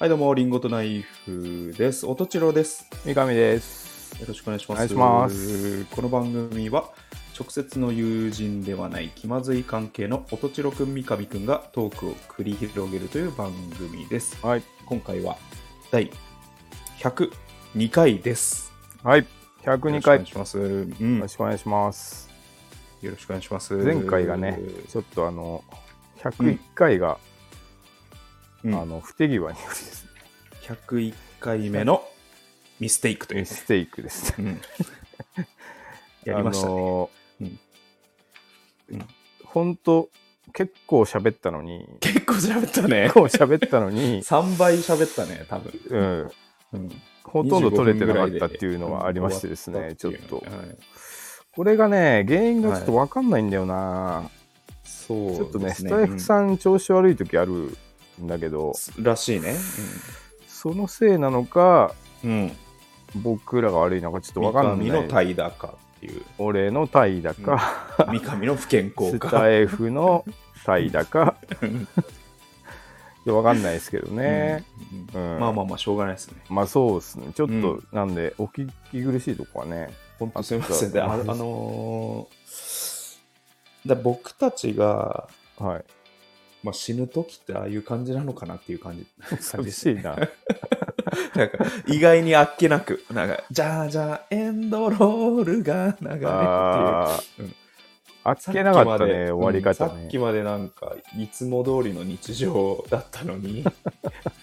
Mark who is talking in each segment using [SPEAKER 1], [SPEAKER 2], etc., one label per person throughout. [SPEAKER 1] はい、どうも、リンゴとナイフです。おとちろです。
[SPEAKER 2] 三上です。
[SPEAKER 1] よろしくお願いします。
[SPEAKER 2] お願いします
[SPEAKER 1] この番組は、直接の友人ではない気まずい関係のおとちろくん、三上くんがトークを繰り広げるという番組です。
[SPEAKER 2] はい。
[SPEAKER 1] 今回は、第102回です。
[SPEAKER 2] はい。102
[SPEAKER 1] よろ
[SPEAKER 2] 回。よ
[SPEAKER 1] しくお願いします。うん、よ
[SPEAKER 2] ろしくお願いします。
[SPEAKER 1] ろしくお願いします。
[SPEAKER 2] 前回がね、ちょっとあの、101回が、
[SPEAKER 1] うん
[SPEAKER 2] あの、不手際によりですね
[SPEAKER 1] 101回目のミステイクという
[SPEAKER 2] ミ
[SPEAKER 1] ね。
[SPEAKER 2] ステイク ですね。
[SPEAKER 1] うん、やりました
[SPEAKER 2] あ
[SPEAKER 1] ね。
[SPEAKER 2] の
[SPEAKER 1] うんうん
[SPEAKER 2] ほんと、結構喋ったの に、
[SPEAKER 1] 結構喋ったね
[SPEAKER 2] 結。構喋ったのに、
[SPEAKER 1] 3倍喋ったね、多分。
[SPEAKER 2] うん、
[SPEAKER 1] うん、
[SPEAKER 2] ほとんど取れてなかったっていうのはありましてですね、ちょっと。これがね、原因がちょっとわかんないんだよな、
[SPEAKER 1] そう
[SPEAKER 2] ちょっとね、
[SPEAKER 1] です
[SPEAKER 2] スタイフさん調子悪い時あるんだけど、
[SPEAKER 1] うんらしいね。
[SPEAKER 2] そのせいなのか、
[SPEAKER 1] うん。うん、
[SPEAKER 2] 僕らが悪いのかちょっとわ
[SPEAKER 1] 三
[SPEAKER 2] かん
[SPEAKER 1] 上
[SPEAKER 2] な
[SPEAKER 1] の
[SPEAKER 2] い。
[SPEAKER 1] 怠惰かって いう。
[SPEAKER 2] 俺の怠惰か、
[SPEAKER 1] 三上の不健康
[SPEAKER 2] ス
[SPEAKER 1] か。
[SPEAKER 2] タイフの怠惰か、
[SPEAKER 1] うん
[SPEAKER 2] いやわかんないですけどね。
[SPEAKER 1] うん
[SPEAKER 2] うん
[SPEAKER 1] まあまあまあ、しょうがないですね。
[SPEAKER 2] まあそうですね。ちょっ
[SPEAKER 1] う
[SPEAKER 2] と、
[SPEAKER 1] ん
[SPEAKER 2] なんで、お聞き苦しいとこはね。
[SPEAKER 1] 本
[SPEAKER 2] あ
[SPEAKER 1] 当すみません。
[SPEAKER 2] そ
[SPEAKER 1] で
[SPEAKER 2] う
[SPEAKER 1] ああのーだ僕たちが、
[SPEAKER 2] はい。
[SPEAKER 1] まあ、死ぬ時ってああいう感じなのかなっていう感じ感じ
[SPEAKER 2] 寂
[SPEAKER 1] です
[SPEAKER 2] しいな。
[SPEAKER 1] なんか意外にあっけなく、なんか、じゃあじゃあエンドロールが流れるっていう。
[SPEAKER 2] あー
[SPEAKER 1] うん
[SPEAKER 2] あっ
[SPEAKER 1] さ
[SPEAKER 2] け
[SPEAKER 1] き
[SPEAKER 2] な
[SPEAKER 1] ま
[SPEAKER 2] かった
[SPEAKER 1] で
[SPEAKER 2] ね、終わり方
[SPEAKER 1] うんさっ
[SPEAKER 2] ね
[SPEAKER 1] き。までなんか、いつも通りの日常だったの に、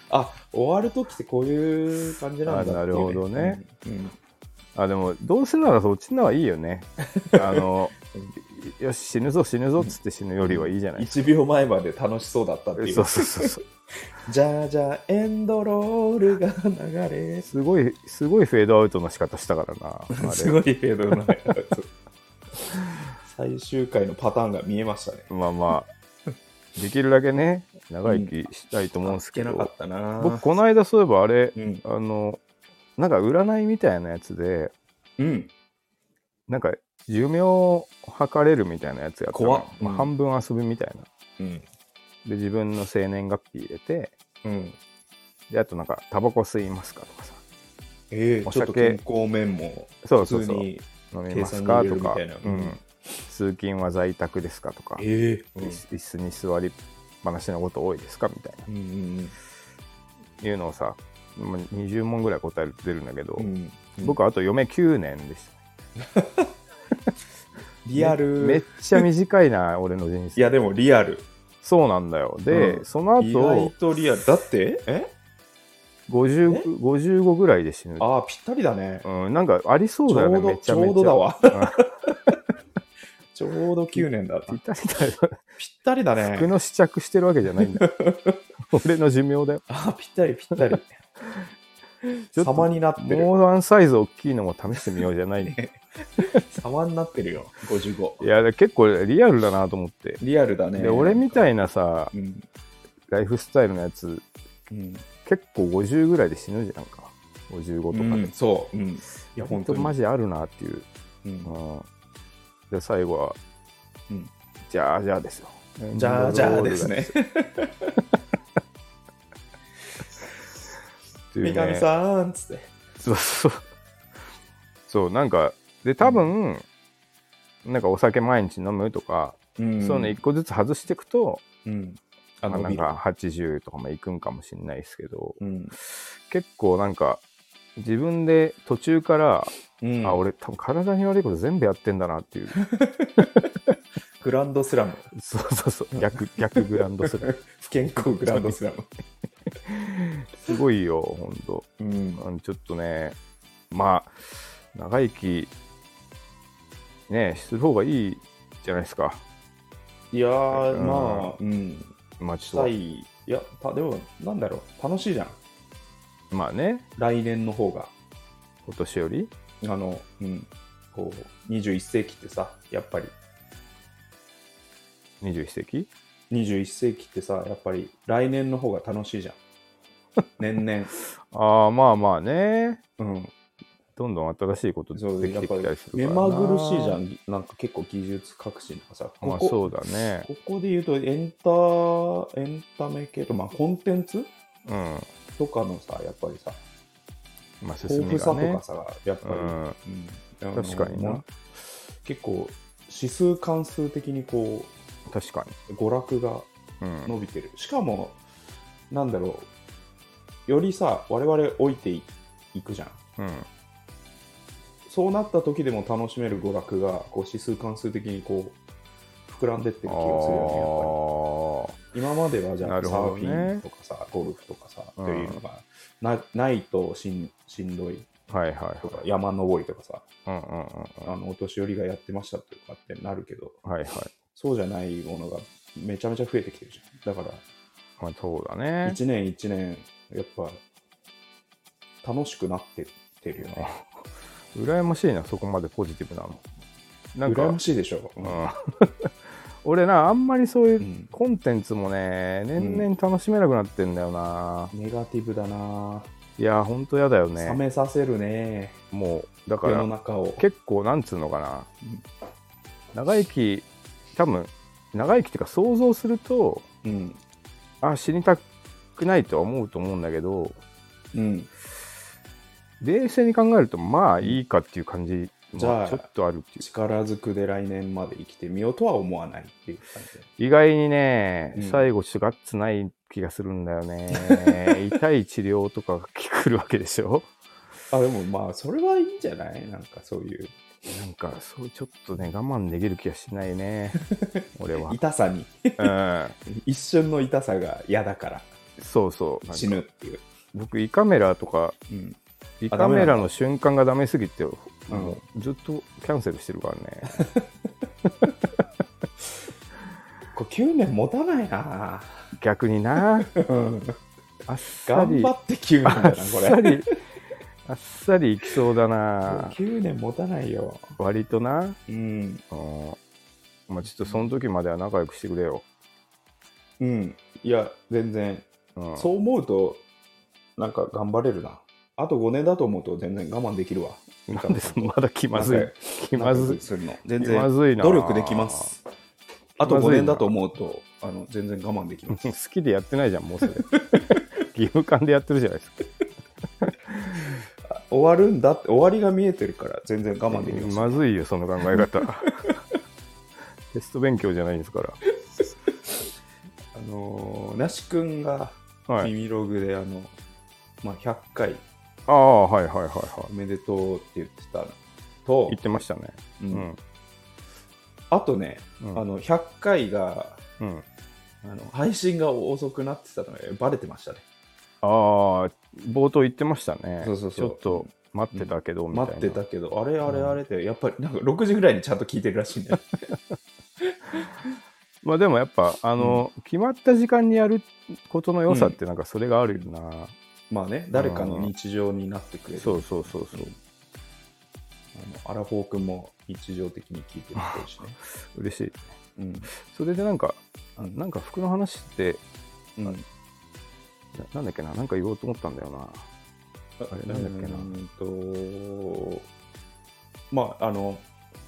[SPEAKER 1] あ終わるときってこういう感じなんだっていう、
[SPEAKER 2] あなるほどね。
[SPEAKER 1] うんうん
[SPEAKER 2] あ、でも、どうせならそっちのはいい よね。あの、よし、死ぬぞ、死ぬぞっつって死ぬよりはいいじゃない。
[SPEAKER 1] 1秒前まで楽しそうだったってい
[SPEAKER 2] そうう。そうそうそう。
[SPEAKER 1] じゃあじゃあエンドロールが流れ
[SPEAKER 2] すごい、すごいフェードアウトの仕方したからな。あれ
[SPEAKER 1] すごいフェードのや つ最終回のパターンが見えましたね。
[SPEAKER 2] まあまあ、できるだけね、長生きしたいと思うんですけ
[SPEAKER 1] あ
[SPEAKER 2] ど、
[SPEAKER 1] っけなかったな。
[SPEAKER 2] 僕、この間そういえばあれ、
[SPEAKER 1] うん。
[SPEAKER 2] あの、なんか占いみたいなやつで、
[SPEAKER 1] うん。
[SPEAKER 2] なんか寿命を測れるみたいなやつやったの
[SPEAKER 1] 怖っ
[SPEAKER 2] まあ
[SPEAKER 1] うん
[SPEAKER 2] 半分遊びみたいな。
[SPEAKER 1] うん。
[SPEAKER 2] で、自分の生年月日入れて、
[SPEAKER 1] うん。
[SPEAKER 2] で、あとなんか、タバコ吸いますかとかさ、
[SPEAKER 1] ええ
[SPEAKER 2] お
[SPEAKER 1] ちょっと
[SPEAKER 2] 酒
[SPEAKER 1] 健康面も
[SPEAKER 2] そうそ
[SPEAKER 1] 普
[SPEAKER 2] う
[SPEAKER 1] 通
[SPEAKER 2] そう、
[SPEAKER 1] に
[SPEAKER 2] 飲み
[SPEAKER 1] 計
[SPEAKER 2] ます
[SPEAKER 1] 算に入れ
[SPEAKER 2] か
[SPEAKER 1] る
[SPEAKER 2] と
[SPEAKER 1] み
[SPEAKER 2] か
[SPEAKER 1] たいな、
[SPEAKER 2] う
[SPEAKER 1] うん
[SPEAKER 2] ん、通勤は在宅ですかとか、
[SPEAKER 1] ええ
[SPEAKER 2] 椅子椅子に座りっぱなしのこと多いですかみたいな。
[SPEAKER 1] うんうん
[SPEAKER 2] いうのをさまあ20問ぐらい答え出るんだけど、
[SPEAKER 1] うんうん
[SPEAKER 2] 僕あと嫁9年でした
[SPEAKER 1] リア
[SPEAKER 2] めめっ
[SPEAKER 1] ル
[SPEAKER 2] ちゃ短いな俺の人
[SPEAKER 1] い
[SPEAKER 2] 生
[SPEAKER 1] やでもリアル
[SPEAKER 2] そうなんだよで、
[SPEAKER 1] うん
[SPEAKER 2] その
[SPEAKER 1] 意外
[SPEAKER 2] 後
[SPEAKER 1] とリアルだってえ
[SPEAKER 2] 50
[SPEAKER 1] え
[SPEAKER 2] 55ぐらいで死ぬ
[SPEAKER 1] ああぴったりだね
[SPEAKER 2] うん、なんかありそうだよ
[SPEAKER 1] ち
[SPEAKER 2] ね
[SPEAKER 1] ょうど
[SPEAKER 2] めちゃめち
[SPEAKER 1] ち
[SPEAKER 2] ゃ
[SPEAKER 1] ょうどだわ
[SPEAKER 2] うん
[SPEAKER 1] ちょうど9年だ
[SPEAKER 2] ぴ
[SPEAKER 1] ぴ
[SPEAKER 2] ったりだよ
[SPEAKER 1] ったりだ
[SPEAKER 2] 服
[SPEAKER 1] ね
[SPEAKER 2] の試着してるわけじゃないん だよ俺の寿命だよ
[SPEAKER 1] ああぴったりぴった り
[SPEAKER 2] ちょっと
[SPEAKER 1] 様になってる
[SPEAKER 2] もうワンサイズ大きいのも試してみようじゃない
[SPEAKER 1] 様になってるよ
[SPEAKER 2] い
[SPEAKER 1] 55
[SPEAKER 2] や結構リアルだなと思って、
[SPEAKER 1] リアルだね
[SPEAKER 2] で俺みた
[SPEAKER 1] い
[SPEAKER 2] いなさ
[SPEAKER 1] うん
[SPEAKER 2] ライフスタイルのやつ
[SPEAKER 1] うん
[SPEAKER 2] 結構50ぐらいで死ぬじゃんか55とかで、
[SPEAKER 1] うんそううんいや
[SPEAKER 2] 本
[SPEAKER 1] 本
[SPEAKER 2] 当
[SPEAKER 1] 当
[SPEAKER 2] マ
[SPEAKER 1] に
[SPEAKER 2] ジあるなっていう、
[SPEAKER 1] うん
[SPEAKER 2] うん、で最後は、
[SPEAKER 1] うん
[SPEAKER 2] じゃあじゃあですよ
[SPEAKER 1] じゃあじゃあですね
[SPEAKER 2] っていう
[SPEAKER 1] 三
[SPEAKER 2] ね
[SPEAKER 1] 上さんっつって
[SPEAKER 2] そうそうそうなんかで多分、なんかお酒毎日飲むとか、
[SPEAKER 1] うん
[SPEAKER 2] そういうの一個ずつ外していくと、
[SPEAKER 1] うん。あ
[SPEAKER 2] まあ、
[SPEAKER 1] の、
[SPEAKER 2] なんか80とかもいくんかもしれないですけど
[SPEAKER 1] うん。
[SPEAKER 2] 結構なんか自分で途中から、
[SPEAKER 1] うん、
[SPEAKER 2] あ俺多分体に悪いこと全部やってんだなっていう
[SPEAKER 1] グランドスラム。
[SPEAKER 2] そうそうそう逆逆グランドスラム
[SPEAKER 1] 不健康グランドスラム。
[SPEAKER 2] すごいよほんと
[SPEAKER 1] うん。
[SPEAKER 2] うんちょっとねまあ長生きねする方がいいじゃないですか
[SPEAKER 1] いやー、
[SPEAKER 2] うん
[SPEAKER 1] まあ、うん。
[SPEAKER 2] まあ
[SPEAKER 1] し
[SPEAKER 2] ちょ
[SPEAKER 1] た
[SPEAKER 2] っと
[SPEAKER 1] い。いや、たでも、なんだろう。楽しいじゃん。
[SPEAKER 2] まあね
[SPEAKER 1] 来年の方が。
[SPEAKER 2] 今年より
[SPEAKER 1] あの、うん。こう、21世紀ってさ、やっぱり、
[SPEAKER 2] 21世紀
[SPEAKER 1] 21世紀ってさ、やっぱり、来年の方が楽しいじゃん。 年々。
[SPEAKER 2] ああまあまあね
[SPEAKER 1] うん。
[SPEAKER 2] どんどん新しいことで
[SPEAKER 1] そう、
[SPEAKER 2] き
[SPEAKER 1] やって
[SPEAKER 2] き
[SPEAKER 1] ぱ
[SPEAKER 2] たり
[SPEAKER 1] り
[SPEAKER 2] す、る
[SPEAKER 1] 目
[SPEAKER 2] からな
[SPEAKER 1] まぐるしいじゃん。なんか結構技術革新とかさ、
[SPEAKER 2] ま
[SPEAKER 1] こ
[SPEAKER 2] あ
[SPEAKER 1] こ
[SPEAKER 2] そうだね
[SPEAKER 1] ここで言うとエンタエンタメ系と、まあ、コンテンツ
[SPEAKER 2] うん
[SPEAKER 1] とかのさ、やっぱりさ、
[SPEAKER 2] まあ、進
[SPEAKER 1] 豊富
[SPEAKER 2] み
[SPEAKER 1] さ
[SPEAKER 2] が
[SPEAKER 1] と
[SPEAKER 2] ね
[SPEAKER 1] か。さ、やっぱり、
[SPEAKER 2] うん
[SPEAKER 1] うんあの
[SPEAKER 2] 確かにな
[SPEAKER 1] も結構、指数関数的にこ
[SPEAKER 2] 確か
[SPEAKER 1] う、娯楽が
[SPEAKER 2] に。うん。
[SPEAKER 1] 伸びてる。しかも、なんだろう、よりさ、我々老いていいくじゃん。
[SPEAKER 2] うん。
[SPEAKER 1] そうなった時でも楽しめる娯楽が、こう指数関数的にこう、膨らんでってる気がするよ
[SPEAKER 2] あ
[SPEAKER 1] ね、やっぱり。今まではじゃ
[SPEAKER 2] な
[SPEAKER 1] あ、
[SPEAKER 2] る
[SPEAKER 1] サー
[SPEAKER 2] ほど
[SPEAKER 1] フ
[SPEAKER 2] ね
[SPEAKER 1] ィンとかさ、ゴルフとかさ、
[SPEAKER 2] うん
[SPEAKER 1] というのがなないとしんしんどい
[SPEAKER 2] あ。はいはいはい
[SPEAKER 1] とか、山登りとかさ、
[SPEAKER 2] うんうんうんうん。
[SPEAKER 1] あのお年寄りがやってましたとかってなるけど、
[SPEAKER 2] はいはい。
[SPEAKER 1] そうじゃないものがめちゃめちゃ増えてきてるじゃん。だか
[SPEAKER 2] まあ、そうだ
[SPEAKER 1] ら、
[SPEAKER 2] ね。
[SPEAKER 1] 1年1年、やっぱ、楽しくなってってるよね。
[SPEAKER 2] 羨ましいな、そこまでポジティブなの。なんか、
[SPEAKER 1] 羨ましいでしょ。
[SPEAKER 2] うん 俺な、あんまりそういううんコンテンツもね、年々楽しめなくなってんだよな。
[SPEAKER 1] ネガティブだな、
[SPEAKER 2] いや、ほんとやだよ
[SPEAKER 1] 冷
[SPEAKER 2] ね。
[SPEAKER 1] めさせるね、
[SPEAKER 2] もう、だか
[SPEAKER 1] 世の
[SPEAKER 2] ら、
[SPEAKER 1] 中を。
[SPEAKER 2] 結構、なんつうのかな。長生き、多分、長生きっていうか、想像すると、
[SPEAKER 1] うん。
[SPEAKER 2] あ、死にたくないとは思うと思うんだけど、
[SPEAKER 1] うん。
[SPEAKER 2] 冷静に考えると、まあいいかっていう感じもち
[SPEAKER 1] じゃあ
[SPEAKER 2] ょっとあるっていう。
[SPEAKER 1] 力ずくで来年まで生きてみようとは思わないっていう感じで。
[SPEAKER 2] 意外にね、
[SPEAKER 1] うん
[SPEAKER 2] 最後ちょっとガッツない気がするんだよ ね痛い治療とかが来るわけでしょ
[SPEAKER 1] あ、でもまあ、それはいいんじゃないなんかそういう、
[SPEAKER 2] なんかそうちょっとね我慢できる気がしないね俺 は、
[SPEAKER 1] 痛さに、
[SPEAKER 2] う
[SPEAKER 1] 一瞬の痛さが嫌だから
[SPEAKER 2] ん、そうそうなんか
[SPEAKER 1] 死ぬっていう。
[SPEAKER 2] 僕胃カメラとか
[SPEAKER 1] うん。
[SPEAKER 2] 胃
[SPEAKER 1] あ
[SPEAKER 2] カ
[SPEAKER 1] ダメな
[SPEAKER 2] メ
[SPEAKER 1] んだ
[SPEAKER 2] ラの瞬間がダメすぎて、もう
[SPEAKER 1] う
[SPEAKER 2] ずっとキャンセルしてるからね
[SPEAKER 1] これ9年持たないな
[SPEAKER 2] 逆に な
[SPEAKER 1] うん
[SPEAKER 2] あっさ
[SPEAKER 1] 頑
[SPEAKER 2] り
[SPEAKER 1] 張って9年だ
[SPEAKER 2] あ
[SPEAKER 1] な、
[SPEAKER 2] っ
[SPEAKER 1] こ
[SPEAKER 2] さ
[SPEAKER 1] れ。
[SPEAKER 2] りあっさりいきそうだな
[SPEAKER 1] 9年持たないよ。
[SPEAKER 2] 割とな
[SPEAKER 1] うん。
[SPEAKER 2] うんまあちょっとその時までは仲良くしてくれよ。
[SPEAKER 1] うん。いや、全然
[SPEAKER 2] うん、
[SPEAKER 1] そう思うと、なんか頑張れるな。あと5年だと思うと全然我慢できるわ。
[SPEAKER 2] なんでそのまだ気まず
[SPEAKER 1] なん
[SPEAKER 2] い
[SPEAKER 1] か。
[SPEAKER 2] 気まずい。
[SPEAKER 1] するの。全
[SPEAKER 2] 気まずい
[SPEAKER 1] 然
[SPEAKER 2] な
[SPEAKER 1] 努力できます。あと
[SPEAKER 2] 気ま
[SPEAKER 1] 5
[SPEAKER 2] ずいな
[SPEAKER 1] 年だと思うと、あの全然我慢できます。
[SPEAKER 2] 好きでやってないじゃん、も うそれ。義務感でやってるじゃないですか。
[SPEAKER 1] 終わるんだって、終わりが見えてるから全然我慢できます。
[SPEAKER 2] まずいよ、その考え 方。テスト勉強じゃないんですから。
[SPEAKER 1] あのー、なし君が
[SPEAKER 2] はい。
[SPEAKER 1] 耳ログで、あの、まあ、100回
[SPEAKER 2] ああ、はいはいはい
[SPEAKER 1] お
[SPEAKER 2] はい。
[SPEAKER 1] めでとうって言ってたのと
[SPEAKER 2] 言っ、てましたね。
[SPEAKER 1] うん
[SPEAKER 2] うん。
[SPEAKER 1] あとね、
[SPEAKER 2] うん
[SPEAKER 1] あの100回が
[SPEAKER 2] うん、
[SPEAKER 1] あの配信が遅くなってたのがバレてましたね
[SPEAKER 2] ああ、冒頭言ってましたね。
[SPEAKER 1] そうそうそう
[SPEAKER 2] ちょっと待ってたけど、みたい
[SPEAKER 1] 待
[SPEAKER 2] な。
[SPEAKER 1] ってたけどあれあれあれってやっぱりなんか6時ぐらいにちゃんと聞いてるらしいね
[SPEAKER 2] まあでもやっぱ、あの、決まった時間にやることの良さって、なんかそれがあるよな。
[SPEAKER 1] まあね誰かの日常になってくれる
[SPEAKER 2] そうそうそうそう。
[SPEAKER 1] あのアラフォー君も日常的に聞いてるっぽいしね
[SPEAKER 2] 嬉しい。
[SPEAKER 1] うん
[SPEAKER 2] それでなんか、あ
[SPEAKER 1] うん
[SPEAKER 2] なんか服の話って
[SPEAKER 1] うん
[SPEAKER 2] な、なんだっけな、なんか言おうと思ったんだよな。あれなんだっけな
[SPEAKER 1] うんとまああの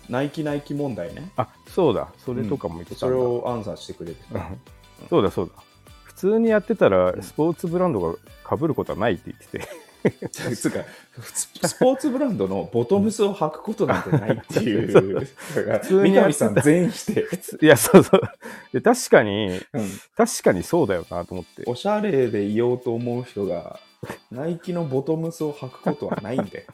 [SPEAKER 1] ナイキナイキ問題ね
[SPEAKER 2] あ、そうだ、それとかも言ってた
[SPEAKER 1] そ
[SPEAKER 2] ん
[SPEAKER 1] れ
[SPEAKER 2] だ。
[SPEAKER 1] をアンサーしてくれて
[SPEAKER 2] う
[SPEAKER 1] た
[SPEAKER 2] んそうだ、そうだ。普通にやってたら、スポーツブランドが被ることはないって言ってて、
[SPEAKER 1] つうかススポーツブランドのボトムスを履くことなんてないって いうだから
[SPEAKER 2] 通に
[SPEAKER 1] 三
[SPEAKER 2] やっ
[SPEAKER 1] 上
[SPEAKER 2] てた
[SPEAKER 1] さん全員して、
[SPEAKER 2] いや、そうそう。で、確かに、
[SPEAKER 1] うん
[SPEAKER 2] 確かにそうだよなと思って。
[SPEAKER 1] おしゃれでいようと思う人がナイキのボトムスを履くことはないん で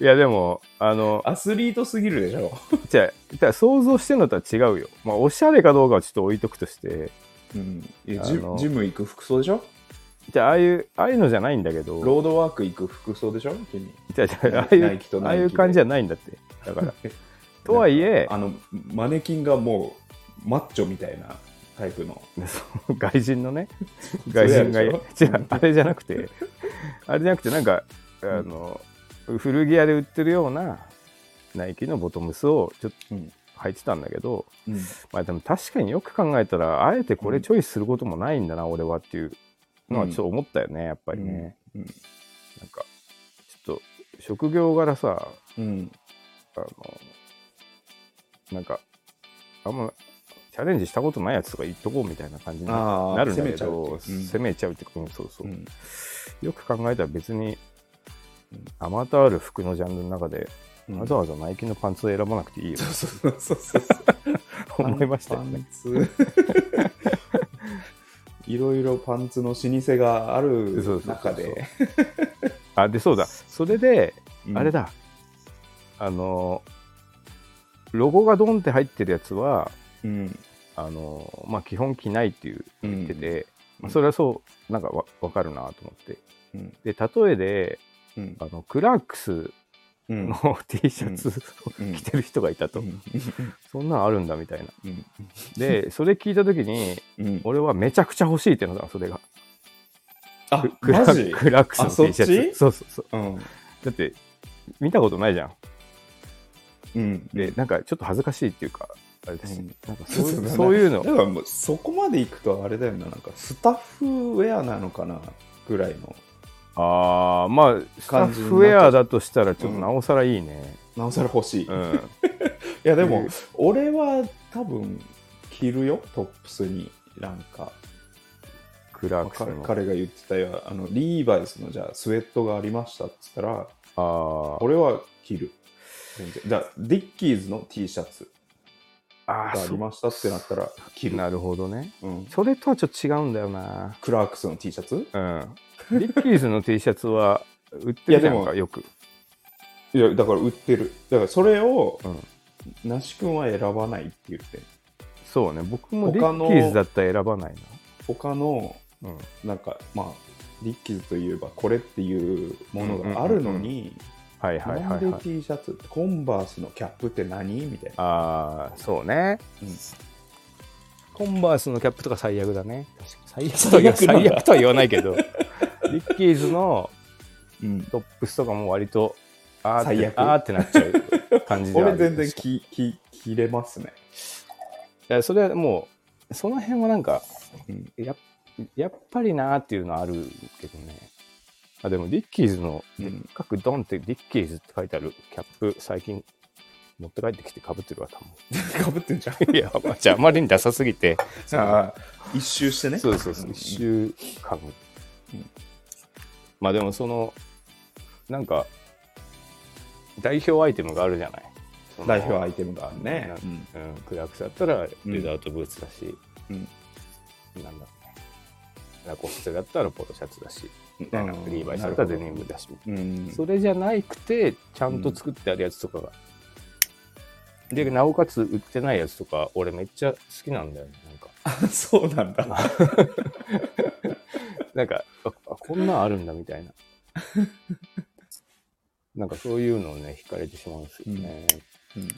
[SPEAKER 2] いや、でも、あの、
[SPEAKER 1] アスリートすぎるでしょ、
[SPEAKER 2] じゃあ、想像してるのとは違うよ。まあ、おしゃれかどうかはちょっと置いとくとして、
[SPEAKER 1] うん、いやジ
[SPEAKER 2] あの
[SPEAKER 1] ジム行く服装でしょ
[SPEAKER 2] じゃあ、ああいう、ああいうのじゃないんだけど、
[SPEAKER 1] ロードワーク行く服装でしょ君
[SPEAKER 2] じゃあ、じゃあ、ああい
[SPEAKER 1] ナイ
[SPEAKER 2] う
[SPEAKER 1] キと、
[SPEAKER 2] あ
[SPEAKER 1] ナ
[SPEAKER 2] あ
[SPEAKER 1] イキで
[SPEAKER 2] いう感じじゃないんだって。だから。 とはいえ、
[SPEAKER 1] あのマネキンがもうマッチョみたいなタイプの
[SPEAKER 2] でその外人のね外人が
[SPEAKER 1] そうやで
[SPEAKER 2] 違う
[SPEAKER 1] しょうん
[SPEAKER 2] あれじゃなくてあれじゃなくてなんかあの、古着屋で売ってるようなナイキのボトムスをちょっ
[SPEAKER 1] う
[SPEAKER 2] と
[SPEAKER 1] ん、
[SPEAKER 2] 履いてたんだけど、
[SPEAKER 1] うん、
[SPEAKER 2] まあ、でも確かによく考えたらあえてこれチョイスすることもないんだな、俺はっていうのはちょっと思ったよねやっぱりね、
[SPEAKER 1] うんうん
[SPEAKER 2] なんかちょっと職業柄さ
[SPEAKER 1] うん
[SPEAKER 2] あのなんかあんまチャレンジしたことないやつとか言っとこうみたいな感じにな
[SPEAKER 1] ああ
[SPEAKER 2] るんだけ
[SPEAKER 1] 攻め
[SPEAKER 2] ど
[SPEAKER 1] ちゃうっていううん
[SPEAKER 2] 攻めちゃうってこともそうそう、
[SPEAKER 1] うん
[SPEAKER 2] よく考えたら別
[SPEAKER 1] う
[SPEAKER 2] に
[SPEAKER 1] ん
[SPEAKER 2] アマタール服のジャンルの中で
[SPEAKER 1] うん
[SPEAKER 2] わざわざナイキのパンツを選ばなくていいよ、
[SPEAKER 1] そうそうそうそう
[SPEAKER 2] と思いましたよ
[SPEAKER 1] パ
[SPEAKER 2] ね
[SPEAKER 1] ンツ いろいろパンツの老舗がある
[SPEAKER 2] そうそうそう
[SPEAKER 1] 中で
[SPEAKER 2] あでそうだそれで
[SPEAKER 1] うん
[SPEAKER 2] あれだ、あのロゴがドンって入ってるやつは
[SPEAKER 1] うん
[SPEAKER 2] あの、まあ、基本着ないっていう言ってて、
[SPEAKER 1] うん
[SPEAKER 2] まあ、それはそうなんかわ分かるなと思って
[SPEAKER 1] うん
[SPEAKER 2] で例えで
[SPEAKER 1] うん
[SPEAKER 2] あのクラークス
[SPEAKER 1] うん
[SPEAKER 2] の T シャツを
[SPEAKER 1] うん
[SPEAKER 2] 着てる人がいたと、
[SPEAKER 1] うん
[SPEAKER 2] そんなんあるんだみたいな
[SPEAKER 1] うん
[SPEAKER 2] でそれ聞いた時に
[SPEAKER 1] うん
[SPEAKER 2] 俺はめちゃくちゃ欲しいってなったのそれが
[SPEAKER 1] あ
[SPEAKER 2] ククラ
[SPEAKER 1] マジ
[SPEAKER 2] クラックスの
[SPEAKER 1] あそっ
[SPEAKER 2] T
[SPEAKER 1] ち
[SPEAKER 2] シャツそうそうそう
[SPEAKER 1] うん
[SPEAKER 2] だって見たことないじゃん
[SPEAKER 1] うん
[SPEAKER 2] でなんかちょっと恥ずかしいっていうかあれだし、
[SPEAKER 1] うん
[SPEAKER 2] なんかそ
[SPEAKER 1] そう
[SPEAKER 2] うい
[SPEAKER 1] そうう
[SPEAKER 2] そういうの
[SPEAKER 1] だからもうそこまでいくとあれだよななんかスタッフウェアなのかなぐらいの
[SPEAKER 2] ああまあスタッ
[SPEAKER 1] 感じになっちゃう
[SPEAKER 2] フウェアだとしたらちょっとなおさらいいね
[SPEAKER 1] なおさら欲しい、
[SPEAKER 2] う
[SPEAKER 1] い
[SPEAKER 2] ん、
[SPEAKER 1] やでも、
[SPEAKER 2] うん
[SPEAKER 1] 俺は多分着るよトップスになんか
[SPEAKER 2] クラー
[SPEAKER 1] ま
[SPEAKER 2] クス
[SPEAKER 1] あ
[SPEAKER 2] の
[SPEAKER 1] 彼彼が言ってたよあのリーバイスのじゃあスウェットがありましたっつったら
[SPEAKER 2] あー
[SPEAKER 1] 俺は着る全然だからディッキーズの T シャツ
[SPEAKER 2] あ
[SPEAKER 1] が
[SPEAKER 2] ー
[SPEAKER 1] ありましたってなったら着る、
[SPEAKER 2] なるほどね
[SPEAKER 1] うん、
[SPEAKER 2] それとはちょっと違うんだよな
[SPEAKER 1] クラークスの T シャツ
[SPEAKER 2] うんリッキーズの T シャツは売ってる
[SPEAKER 1] い
[SPEAKER 2] じゃ
[SPEAKER 1] や
[SPEAKER 2] ん
[SPEAKER 1] でも
[SPEAKER 2] かよく
[SPEAKER 1] いやだから売ってるだからそれを、
[SPEAKER 2] うん
[SPEAKER 1] なし君は選ばないって言って
[SPEAKER 2] そうね僕もリ
[SPEAKER 1] 他の
[SPEAKER 2] ッキーズだったら選ばない
[SPEAKER 1] 他の
[SPEAKER 2] なうん
[SPEAKER 1] なんかまあディッキーズといえばこれっていうものがあるのに、
[SPEAKER 2] はいはい
[SPEAKER 1] な
[SPEAKER 2] は
[SPEAKER 1] ん
[SPEAKER 2] い
[SPEAKER 1] で
[SPEAKER 2] はい
[SPEAKER 1] T シャツってコンバースのキャップって何みたいな、
[SPEAKER 2] ああそうね
[SPEAKER 1] うん
[SPEAKER 2] コンバースのキャップとか最悪だね最悪
[SPEAKER 1] とは言わ
[SPEAKER 2] 最悪とは言わないけ どリッキーズの
[SPEAKER 1] うん、
[SPEAKER 2] トップスとかも割とあーって
[SPEAKER 1] 最悪
[SPEAKER 2] あーってなっちゃう感じではあ
[SPEAKER 1] 俺
[SPEAKER 2] る
[SPEAKER 1] 全然きき着れますね、
[SPEAKER 2] いやそれはもうその辺はなんか
[SPEAKER 1] うん
[SPEAKER 2] ややっぱりなーっていうのはあるけどねあでもリッキーズの
[SPEAKER 1] うん
[SPEAKER 2] でっかくドンってリッキーズって書いてあるキャップ最近持って帰ってきてかぶってるわ多
[SPEAKER 1] かぶってんじゃん
[SPEAKER 2] 分 いやまあじゃああまりにダサすぎて
[SPEAKER 1] ああ一周してね
[SPEAKER 2] そうそうそう一
[SPEAKER 1] 一周
[SPEAKER 2] 周かぶ、
[SPEAKER 1] うん
[SPEAKER 2] まあでもそのなんか代表アイテムがあるじゃないその
[SPEAKER 1] 代表アイテムがあるね
[SPEAKER 2] な、
[SPEAKER 1] うん
[SPEAKER 2] うん、クラークスだったらレザーとブーツだし、
[SPEAKER 1] うん
[SPEAKER 2] なんだろうねラコステだったらポロシャツだし、みたいな
[SPEAKER 1] うん
[SPEAKER 2] リーバイスだったらデニムだし、
[SPEAKER 1] うん
[SPEAKER 2] それじゃなくてちゃんと作ってあるやつとかが、でなおかつ売ってないやつとか俺めっちゃ好きなんだよねなんか
[SPEAKER 1] あ そうなんだ
[SPEAKER 2] なんかああこんなんあるんだみた いななんかそういうのをね惹かれてしまうんですよね、
[SPEAKER 1] うん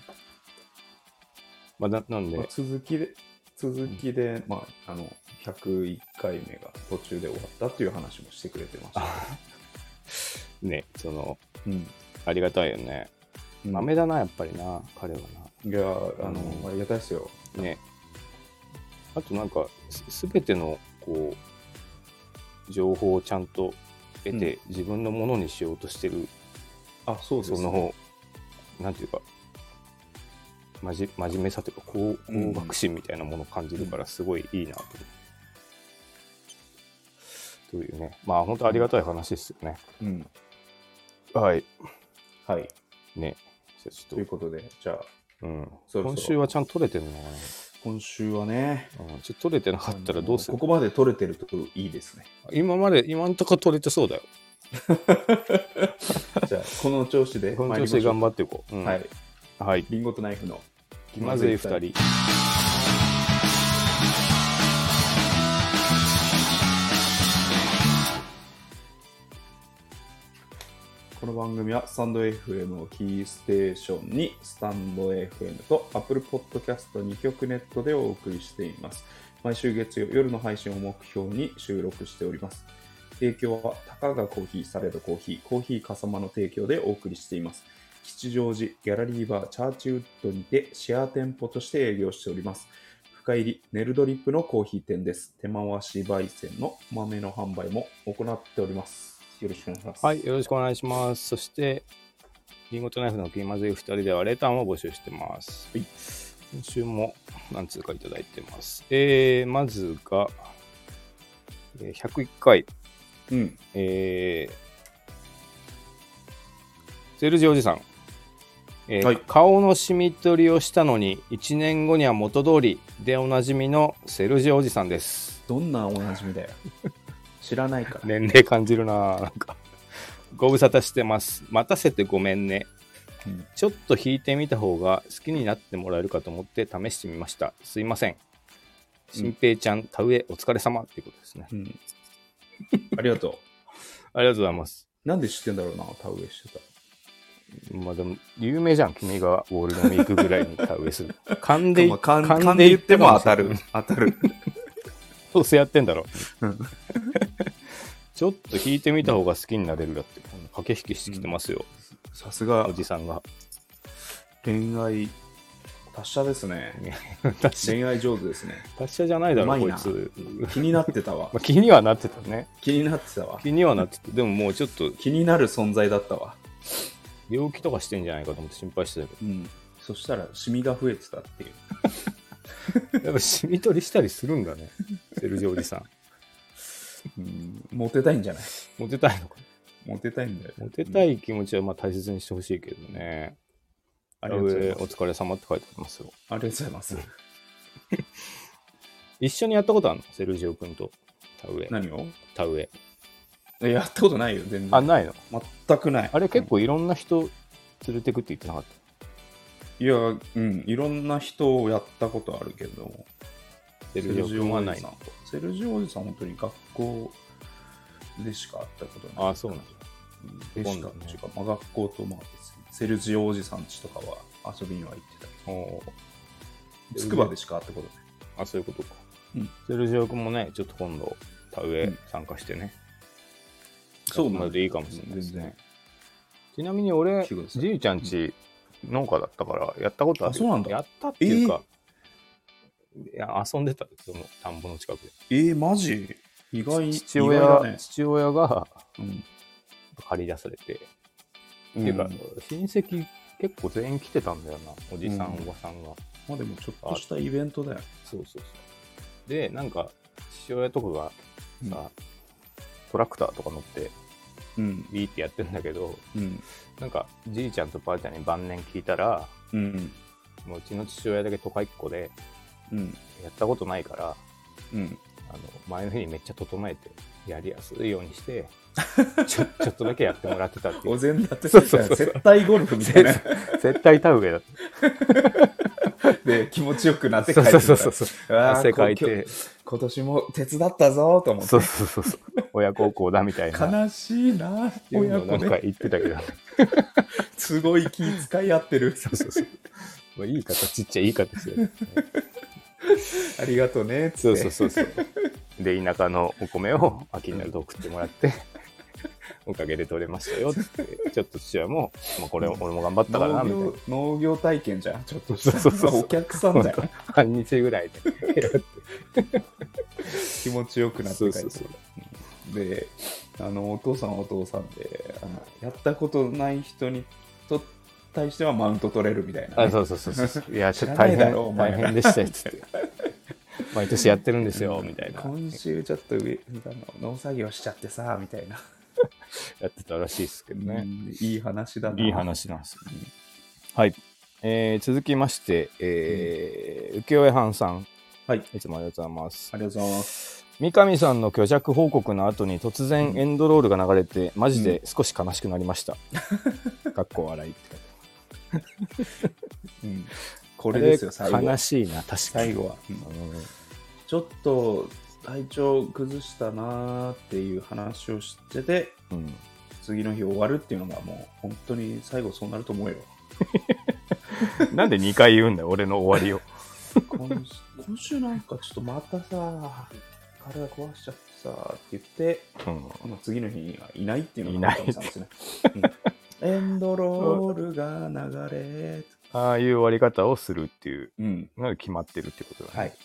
[SPEAKER 2] まあ、ななんで
[SPEAKER 1] まあ続きで続きで、まあ、あの101回目が途中で終わったっていう話もしてくれてました、
[SPEAKER 2] ねその
[SPEAKER 1] うん
[SPEAKER 2] ありがたいよね豆だなやっぱりな彼は
[SPEAKER 1] いやーあの、
[SPEAKER 2] うん
[SPEAKER 1] ありがたいですよ
[SPEAKER 2] なねあとなんかすべてのこう情報をちゃんと得て、自分のものにしようとしてる
[SPEAKER 1] あそうです
[SPEAKER 2] その方なんていうかまじ真面目さというかこう
[SPEAKER 1] うん
[SPEAKER 2] 高学心みたいなものを感じるからすごいいいなと思う、というねまあ本当ありがたい話ですよね
[SPEAKER 1] うん
[SPEAKER 2] はい
[SPEAKER 1] はい
[SPEAKER 2] ねじゃあち
[SPEAKER 1] と
[SPEAKER 2] ょ
[SPEAKER 1] い
[SPEAKER 2] っ
[SPEAKER 1] うことでじゃあ
[SPEAKER 2] と、うん、
[SPEAKER 1] そろそろ
[SPEAKER 2] 今週はちゃんと取れてるのかな
[SPEAKER 1] 今週はね
[SPEAKER 2] うんちょっと取れてなかったらどうす
[SPEAKER 1] あの
[SPEAKER 2] る
[SPEAKER 1] ここまで取れてるといいですね
[SPEAKER 2] 今まで今んとこ取れてそうだよ。
[SPEAKER 1] じゃあこの調子で
[SPEAKER 2] この
[SPEAKER 1] 参りま
[SPEAKER 2] 調子
[SPEAKER 1] しょ
[SPEAKER 2] で
[SPEAKER 1] う
[SPEAKER 2] 頑張っていこう。うん
[SPEAKER 1] はい
[SPEAKER 2] はい。
[SPEAKER 1] リンゴとナイフの気
[SPEAKER 2] 気まずい二人。
[SPEAKER 1] この番組はスタンド FM をキーステーションにスタンド FM と Apple Podcast2 曲ネットでお送りしています。毎週月曜夜の配信を目標に収録しております。提供はたかがコーヒー、サレドコーヒー、コーヒーかさまの提供でお送りしています。吉祥寺ギャラリーバーチャーチウッドにてシェア店舗として営業しております。深入りネルドリップのコーヒー店です。手回し焙煎の豆の販売も行っております。よろしくお願いします。
[SPEAKER 2] はい、よろしくお願いします。そして、リンゴとナイフの気まずい二人ではレターも募集してます。
[SPEAKER 1] はい
[SPEAKER 2] 今週も何通かいただいてます。えー、まずが、えー101回、
[SPEAKER 1] うん。
[SPEAKER 2] えー、ゼルジおじさん、えー
[SPEAKER 1] はい
[SPEAKER 2] 顔のシミ取りをしたのに1年後には元通りでおなじみのセルジおじさんです
[SPEAKER 1] どんなおなじみだよ。知らないから。
[SPEAKER 2] 年齢感じるななんかご無沙汰してます待たせてごめんね
[SPEAKER 1] うん
[SPEAKER 2] ちょっと弾いてみた方が好きになってもらえるかと思って試してみましたすいません新平ちゃん、田植えお疲れ様っていうことですね
[SPEAKER 1] うん。ありがと
[SPEAKER 2] ありがとうございます
[SPEAKER 1] う。なんで知ってんだろうな、田植えしてた。
[SPEAKER 2] まあでも有名じゃん君がゴールデンウィークぐらいに田植えする 噛んで
[SPEAKER 1] まあ勘
[SPEAKER 2] 噛んで
[SPEAKER 1] 勘で言っても当た
[SPEAKER 2] 言
[SPEAKER 1] る
[SPEAKER 2] って。
[SPEAKER 1] 当たる。
[SPEAKER 2] どうせやってんだろ
[SPEAKER 1] うん
[SPEAKER 2] ちょっと弾いてみた方が好きになれるだってこの駆け引きしてきてますよ、
[SPEAKER 1] さすが
[SPEAKER 2] おじさんが
[SPEAKER 1] 恋愛達者ですね。
[SPEAKER 2] 達者
[SPEAKER 1] 恋愛上手ですね。
[SPEAKER 2] 達者じゃないだ
[SPEAKER 1] う
[SPEAKER 2] ろ
[SPEAKER 1] まい
[SPEAKER 2] こい
[SPEAKER 1] な
[SPEAKER 2] つ、
[SPEAKER 1] 気になってたわ
[SPEAKER 2] まあ、。気にはなってたね
[SPEAKER 1] 気になってたわ。
[SPEAKER 2] 気にはなっててでももうちょっと
[SPEAKER 1] 気になる存在だったわ。
[SPEAKER 2] 病気とかしてんじゃないかと思って心配してたけど
[SPEAKER 1] うん。そしたら、シミが増えてたっていう。
[SPEAKER 2] やっぱ染み取りしたりするんだね、セルジおじさん。
[SPEAKER 1] うん。モテたいんじゃない
[SPEAKER 2] モテたいのか。
[SPEAKER 1] モテたいんだよ。
[SPEAKER 2] モテた
[SPEAKER 1] うん。
[SPEAKER 2] い気持ちはまあ大切にしてほしいけどね。
[SPEAKER 1] あ
[SPEAKER 2] あ
[SPEAKER 1] りが
[SPEAKER 2] れ
[SPEAKER 1] とうござい
[SPEAKER 2] お
[SPEAKER 1] ます。
[SPEAKER 2] 疲れ様って書いてありますよ。
[SPEAKER 1] ありがとうございます。
[SPEAKER 2] 一緒にやったことあるのセルジオ君と田植え。
[SPEAKER 1] 何を
[SPEAKER 2] 田植え。
[SPEAKER 1] えやったことないよ、全
[SPEAKER 2] あ、
[SPEAKER 1] 然。
[SPEAKER 2] ないの
[SPEAKER 1] 全くない。
[SPEAKER 2] あれ結構いろんな人連れてくって言ってなかっ
[SPEAKER 1] いや、うん、いろんな人をやったことあるけども、
[SPEAKER 2] た。セルジオ君はないの。
[SPEAKER 1] セルジオおじさん、本当に学校でしか会ったことない。
[SPEAKER 2] あ、そうなんだ。
[SPEAKER 1] うんでし
[SPEAKER 2] 今
[SPEAKER 1] か
[SPEAKER 2] 度
[SPEAKER 1] っ
[SPEAKER 2] ね
[SPEAKER 1] ていうか、まあ、学校とまあ別にセルジオおじさんちとかは遊びには行ってたけ
[SPEAKER 2] おー
[SPEAKER 1] ど、つくばでしか会ったことない。
[SPEAKER 2] あ、そういうことか。
[SPEAKER 1] うん
[SPEAKER 2] セルジオ君もね、ちょっと今度田植
[SPEAKER 1] う
[SPEAKER 2] え
[SPEAKER 1] ん
[SPEAKER 2] 参加してね。
[SPEAKER 1] そうなんだ
[SPEAKER 2] まあでいいかもしれないです
[SPEAKER 1] 全
[SPEAKER 2] ね
[SPEAKER 1] 然。
[SPEAKER 2] ちなみに俺
[SPEAKER 1] 来てくだ、さい
[SPEAKER 2] じいちゃんち農家だったから、やったことあ
[SPEAKER 1] あ
[SPEAKER 2] るよ
[SPEAKER 1] そうなんだ
[SPEAKER 2] やったっていうか、いや遊んでたよ、その田んぼの近くで。
[SPEAKER 1] えー、マジ意外
[SPEAKER 2] 父
[SPEAKER 1] 意外
[SPEAKER 2] 親、
[SPEAKER 1] だね。
[SPEAKER 2] 父親が
[SPEAKER 1] うん。
[SPEAKER 2] 借り出されて、っていうか、親戚結構全員来てたんだよな、おじさん、
[SPEAKER 1] うん
[SPEAKER 2] おばさんが。
[SPEAKER 1] まあでもちょっとしたイベントだよ。
[SPEAKER 2] そうそうそう。で、なんか、父親とか
[SPEAKER 1] うん
[SPEAKER 2] がさ、トラクターとか乗って、
[SPEAKER 1] うん。
[SPEAKER 2] ビーってやってんだけど、
[SPEAKER 1] うん。
[SPEAKER 2] なんか、じいちゃんとばあちゃんに晩年聞いたら、
[SPEAKER 1] うん。
[SPEAKER 2] もううちの父親だけ都会っ子で、
[SPEAKER 1] うん。
[SPEAKER 2] やったことないから、
[SPEAKER 1] うん。
[SPEAKER 2] あの前の日にめっちゃ整えてやりやすいようにして ちょちょっとだけやってもらってたってい
[SPEAKER 1] お
[SPEAKER 2] う
[SPEAKER 1] 膳立て
[SPEAKER 2] そうそうそう
[SPEAKER 1] 接待ゴルフみたいな。
[SPEAKER 2] 絶対田植えだっ
[SPEAKER 1] で気持ちよくなって
[SPEAKER 2] た
[SPEAKER 1] 帰っ
[SPEAKER 2] そう
[SPEAKER 1] てく
[SPEAKER 2] そ
[SPEAKER 1] る
[SPEAKER 2] うそうそうそ
[SPEAKER 1] う
[SPEAKER 2] う
[SPEAKER 1] わー
[SPEAKER 2] 汗かい
[SPEAKER 1] こ今
[SPEAKER 2] て
[SPEAKER 1] 日今年も手伝ったぞーと思って
[SPEAKER 2] そうそうそうそう 親孝行だみたいな
[SPEAKER 1] 悲しいなー
[SPEAKER 2] いうの
[SPEAKER 1] 親
[SPEAKER 2] をな
[SPEAKER 1] 子
[SPEAKER 2] んか
[SPEAKER 1] ね
[SPEAKER 2] 言ってたけど
[SPEAKER 1] すごい気遣い合ってる
[SPEAKER 2] そうそうそうまあいい形っちゃいい形だよね
[SPEAKER 1] ありがとうねっつ
[SPEAKER 2] そ
[SPEAKER 1] っ
[SPEAKER 2] う
[SPEAKER 1] て
[SPEAKER 2] そうそうそう で田舎のお米を秋になると送ってもら っておかげで取れましたよってちょっと父親も、まあ、これ俺も頑張ったから
[SPEAKER 1] 農
[SPEAKER 2] なみたいな
[SPEAKER 1] 業農業体験じゃんちょっと
[SPEAKER 2] そうそうそう
[SPEAKER 1] お客さんだよ
[SPEAKER 2] 半日ぐらいで
[SPEAKER 1] 気持ちよくなって帰ってく
[SPEAKER 2] そう
[SPEAKER 1] る
[SPEAKER 2] そう
[SPEAKER 1] であのお父さんはお父さんであのやったことない人にと対してはマウント取れるみたいなね、
[SPEAKER 2] あそうそうそうそう。いや、ちょっと
[SPEAKER 1] 知らない
[SPEAKER 2] 大
[SPEAKER 1] だろお
[SPEAKER 2] 変
[SPEAKER 1] 前
[SPEAKER 2] 大変でしたよ、つ って。毎年やってるんですよ、みたいな。
[SPEAKER 1] 今週ちょっと上あの農作業しちゃってさみたいな、
[SPEAKER 2] やってたらしいですけど
[SPEAKER 1] う
[SPEAKER 2] ね。
[SPEAKER 1] んいい話だない
[SPEAKER 2] い話なんですよね。はい。えー続きまして、えー、浮世絵藩さん、
[SPEAKER 1] はい
[SPEAKER 2] いつもありがとうございます。
[SPEAKER 1] ありがとうございます。
[SPEAKER 2] 三上さんの虚弱報告の後に突然エンドロールが流れて、マジで少し悲しくなりま した。かっこ笑いって書いてあ
[SPEAKER 1] うん、こ
[SPEAKER 2] る。
[SPEAKER 1] れですよ、
[SPEAKER 2] あ
[SPEAKER 1] 最
[SPEAKER 2] れ
[SPEAKER 1] 後
[SPEAKER 2] 悲
[SPEAKER 1] は。
[SPEAKER 2] しいな、確かに。
[SPEAKER 1] 最後は。うん
[SPEAKER 2] うん
[SPEAKER 1] ちょっと体調崩したなーっていう話をしてて、
[SPEAKER 2] うん。
[SPEAKER 1] 次の日終わるっていうのがもう本当に最後そうなると思うよ。
[SPEAKER 2] なんで2回言うんだよ、俺の終わりを。
[SPEAKER 1] 今今週 なんかちょっとまたさ、体壊しちゃってさって言って、
[SPEAKER 2] うん
[SPEAKER 1] この次の日にはいないっていうの
[SPEAKER 2] い
[SPEAKER 1] が
[SPEAKER 2] な
[SPEAKER 1] 中
[SPEAKER 2] い
[SPEAKER 1] 野さんですね。うんエンドロールが流れ。
[SPEAKER 2] ああいう終わり方をするっていう
[SPEAKER 1] うん。
[SPEAKER 2] のが決まってるってことだね。
[SPEAKER 1] はい。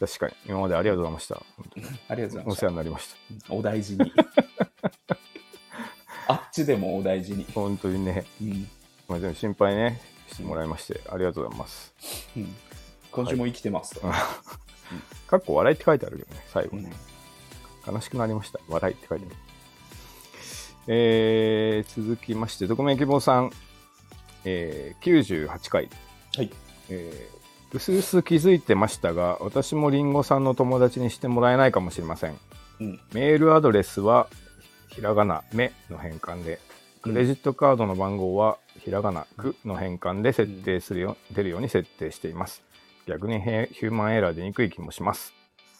[SPEAKER 2] 確かに。今までありがとうございました。
[SPEAKER 1] ありがとうご
[SPEAKER 2] お
[SPEAKER 1] ざいま
[SPEAKER 2] 世話になりまし
[SPEAKER 1] した。お大事 に。あっちでもお大事に。
[SPEAKER 2] た。本当にね、
[SPEAKER 1] うん。
[SPEAKER 2] まあ、でも心配ねしてもらいまして、ありがとうございます。
[SPEAKER 1] うん今週も生きてますと。
[SPEAKER 2] かっこ笑いって書いてあるけどね、最後
[SPEAKER 1] うん
[SPEAKER 2] ね。悲しくなりました。笑いって書いてある。えー、続きまして、匿名希望さん、えー、98回、
[SPEAKER 1] はい。
[SPEAKER 2] えー、うすうす気づいてましたが、私もリンゴさんの友達にしてもらえないかもしれません。
[SPEAKER 1] うん。
[SPEAKER 2] メールアドレスはひらがな「め」の変換でクレジットカードの番号はひらがな「く」の変換で設定するよ、出るように設定しています逆にヘヒューマンエラー出にくい気もします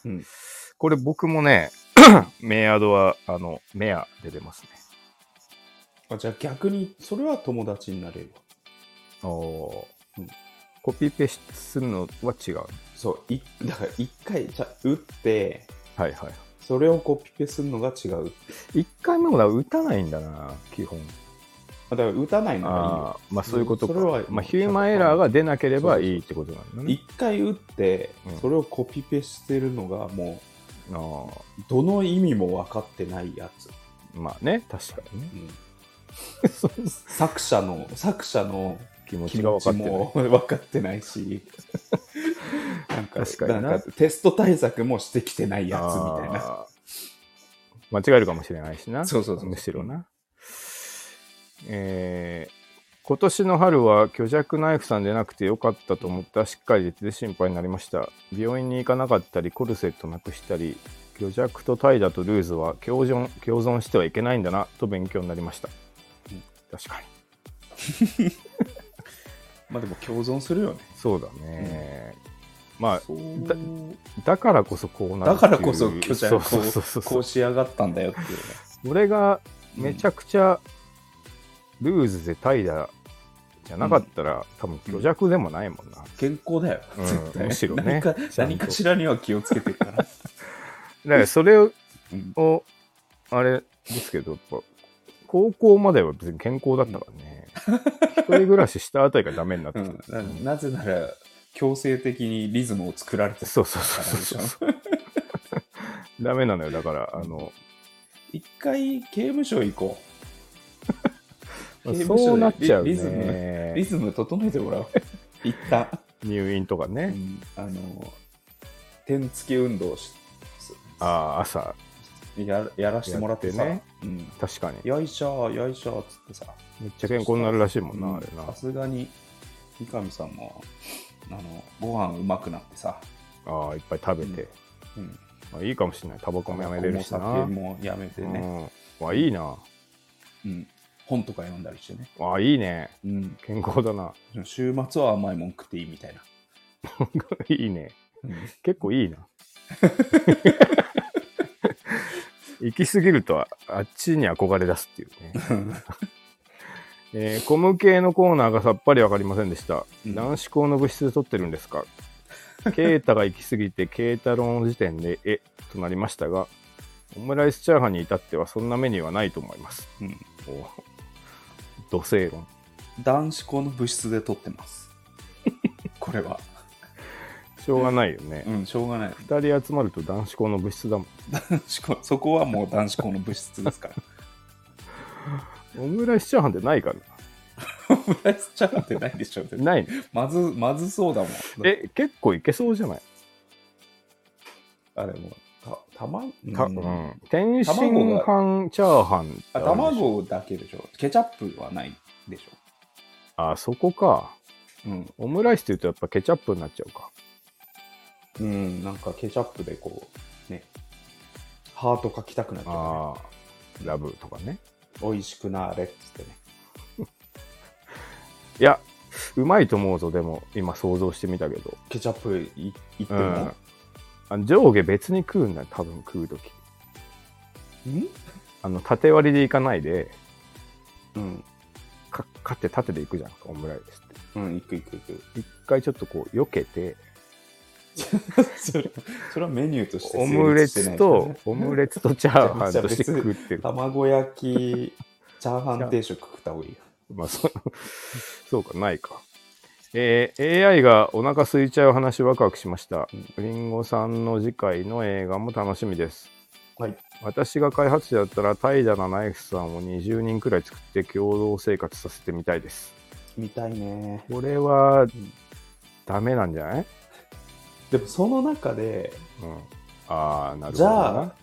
[SPEAKER 1] うん。
[SPEAKER 2] これ僕も ねメアドはあのメアで出ますね
[SPEAKER 1] あじゃあ逆に、それは友達になれるわ。
[SPEAKER 2] お、
[SPEAKER 1] うん
[SPEAKER 2] コピペするのは違う
[SPEAKER 1] そう、いだから一回じゃ打って、
[SPEAKER 2] はいはい
[SPEAKER 1] それをコピペするのが違う。
[SPEAKER 2] 1回目もだから打たないんだな基本
[SPEAKER 1] あだから打たないのがいいよ
[SPEAKER 2] ああまあそういうことか、
[SPEAKER 1] それは
[SPEAKER 2] まあ、ヒューマンエラーが出なければいいってことなんだね
[SPEAKER 1] 一回打って
[SPEAKER 2] うん、
[SPEAKER 1] それをコピペしてるのがも
[SPEAKER 2] あー
[SPEAKER 1] う、どの意味も分かってないやつ。
[SPEAKER 2] まあね、確かにね。
[SPEAKER 1] うん
[SPEAKER 2] その
[SPEAKER 1] 作者の、作者の
[SPEAKER 2] 気持
[SPEAKER 1] 気
[SPEAKER 2] ちが
[SPEAKER 1] 持
[SPEAKER 2] 分
[SPEAKER 1] ち
[SPEAKER 2] かってな
[SPEAKER 1] も。
[SPEAKER 2] い
[SPEAKER 1] 分かってない し、なんか、
[SPEAKER 2] 確かになん
[SPEAKER 1] かテスト対策もしてきてないやつみたいな。
[SPEAKER 2] あー間違えるかもしれないしな。
[SPEAKER 1] そうそうそう
[SPEAKER 2] むしろな。えー今年の春は巨弱ナイフさんでなくてよかったと思ったしっかり出て心配になりました。病院に行かなかったり、コルセットなくしたり、巨弱と怠惰とルーズは共存共存してはいけないんだなと勉強になりました
[SPEAKER 1] うん。
[SPEAKER 2] 確かに。
[SPEAKER 1] まあでも共存するよね。
[SPEAKER 2] そうだね。まあ、
[SPEAKER 1] そう
[SPEAKER 2] だだからこそこうなる
[SPEAKER 1] だからこそ
[SPEAKER 2] っていう
[SPEAKER 1] 巨弱を
[SPEAKER 2] そうそうそう
[SPEAKER 1] こ
[SPEAKER 2] そうう
[SPEAKER 1] 仕上がったんだよっていうね。
[SPEAKER 2] 俺がめちゃくちゃルーズで怠惰じゃなかったら、多分巨弱でもないもんな、
[SPEAKER 1] 健康だよ、
[SPEAKER 2] うん
[SPEAKER 1] 絶対
[SPEAKER 2] むしろね
[SPEAKER 1] 何か
[SPEAKER 2] ちゃんと
[SPEAKER 1] 何かしらには気をつけてるから、
[SPEAKER 2] だからそれを
[SPEAKER 1] うん
[SPEAKER 2] をあれですけどやっぱ高校までは別に健康だったから ね、一人暮らししたあたりがダメになって
[SPEAKER 1] う
[SPEAKER 2] き
[SPEAKER 1] ん
[SPEAKER 2] た、
[SPEAKER 1] ななぜなら強制的にリズムを作られてる
[SPEAKER 2] そうそう
[SPEAKER 1] から
[SPEAKER 2] そう
[SPEAKER 1] でし
[SPEAKER 2] そ
[SPEAKER 1] ょ
[SPEAKER 2] うダメなのよだからあの
[SPEAKER 1] 一回刑務所行こ 刑務所で
[SPEAKER 2] そうなっちゃう
[SPEAKER 1] リリズうリ
[SPEAKER 2] ね
[SPEAKER 1] ズム整えてもらおう 一旦、
[SPEAKER 2] 入院とかね、
[SPEAKER 1] うんあの点付き運動し
[SPEAKER 2] ああ朝
[SPEAKER 1] ややらしてもらってさ
[SPEAKER 2] やって
[SPEAKER 1] うん
[SPEAKER 2] 確かに
[SPEAKER 1] よいしょよいしょっつってさ
[SPEAKER 2] めっちゃ健康になるらしいもんな、
[SPEAKER 1] うん
[SPEAKER 2] あれな
[SPEAKER 1] さすがに三上さんもあのご飯うまくなってさ、
[SPEAKER 2] ああいっぱい食べて、
[SPEAKER 1] うん、
[SPEAKER 2] まあ、いいかもしれないタバコもやめれるしな
[SPEAKER 1] お酒もやめてね、
[SPEAKER 2] うん、わいいな
[SPEAKER 1] うん本とか読んだりしてね、
[SPEAKER 2] わいいね
[SPEAKER 1] うん、
[SPEAKER 2] 健康だな
[SPEAKER 1] 週末は甘いもん食っていいみたいな、
[SPEAKER 2] いいね
[SPEAKER 1] うん
[SPEAKER 2] 結 構いいな行き過ぎるとああっちに憧れ出すっていうねえー、コム系のコーナーがさっぱりわかりませんでした、
[SPEAKER 1] うん
[SPEAKER 2] 男子校の部室で撮ってるんですかケータが行き過ぎてケータロの時点でえとなりましたがオムライスチャーハンに至ってはそんなメニューはないと思います
[SPEAKER 1] うん
[SPEAKER 2] お土星論
[SPEAKER 1] 男子校の部室で撮ってますこれは、
[SPEAKER 2] しょうがないよね
[SPEAKER 1] う、ん、しょうがない
[SPEAKER 2] 二2人集まると男子校の部室だもん
[SPEAKER 1] 男子校そこはもう男子校の部室です から
[SPEAKER 2] オムライスチャーハンってないから
[SPEAKER 1] オムライスチャーハンってないでしょ
[SPEAKER 2] なない
[SPEAKER 1] まずまずそうだもん
[SPEAKER 2] え結構いけそうじゃない
[SPEAKER 1] あれもたたま、うん
[SPEAKER 2] た、うん天津
[SPEAKER 1] 卵が
[SPEAKER 2] 飯チャーハンってあ
[SPEAKER 1] あ
[SPEAKER 2] るでしょ
[SPEAKER 1] 卵だけでしょケチャップはないでし
[SPEAKER 2] あそこか
[SPEAKER 1] ょうん
[SPEAKER 2] オムライスって言うとやっぱケチャップになっちゃうか
[SPEAKER 1] うん、なんかケチャップでこう、ね、ハート書きたくなっちゃ
[SPEAKER 2] ああラブとかね
[SPEAKER 1] う、ね。美味しくなれっつってね。
[SPEAKER 2] いやうまいと思うぞでも今想像してみたけど、
[SPEAKER 1] ケチャップいいって
[SPEAKER 2] う
[SPEAKER 1] も、
[SPEAKER 2] ん、あの上下別に食うんだよ多分食う時
[SPEAKER 1] うん、
[SPEAKER 2] あの縦割りでいかないで
[SPEAKER 1] うん、
[SPEAKER 2] かかって縦でいくじゃんオムライスっ
[SPEAKER 1] う
[SPEAKER 2] て
[SPEAKER 1] ん、いくいくいく。
[SPEAKER 2] 一回ちょっとこう避けて
[SPEAKER 1] それそれはメニューとして
[SPEAKER 2] オ
[SPEAKER 1] 成
[SPEAKER 2] ムレ
[SPEAKER 1] 立してないです
[SPEAKER 2] ツ
[SPEAKER 1] ね
[SPEAKER 2] とオムレツとチャーハンとして
[SPEAKER 1] じゃあ別
[SPEAKER 2] 食
[SPEAKER 1] に
[SPEAKER 2] って る
[SPEAKER 1] 卵焼き、チャーハン定食食った方がいいよ。
[SPEAKER 2] まあそ そうかないかえー AI がお腹空いちゃう話ワクワクしましたりんごさんの次回の映画も楽しみです
[SPEAKER 1] はい。
[SPEAKER 2] 私が開発者だったら怠惰なナイフさんを20人くらい作って共同生活させてみたいです
[SPEAKER 1] う見たいね。
[SPEAKER 2] これは、ダメなんじゃない、
[SPEAKER 1] でもその中で、
[SPEAKER 2] うん、ああ、なるほどな。
[SPEAKER 1] じゃあ、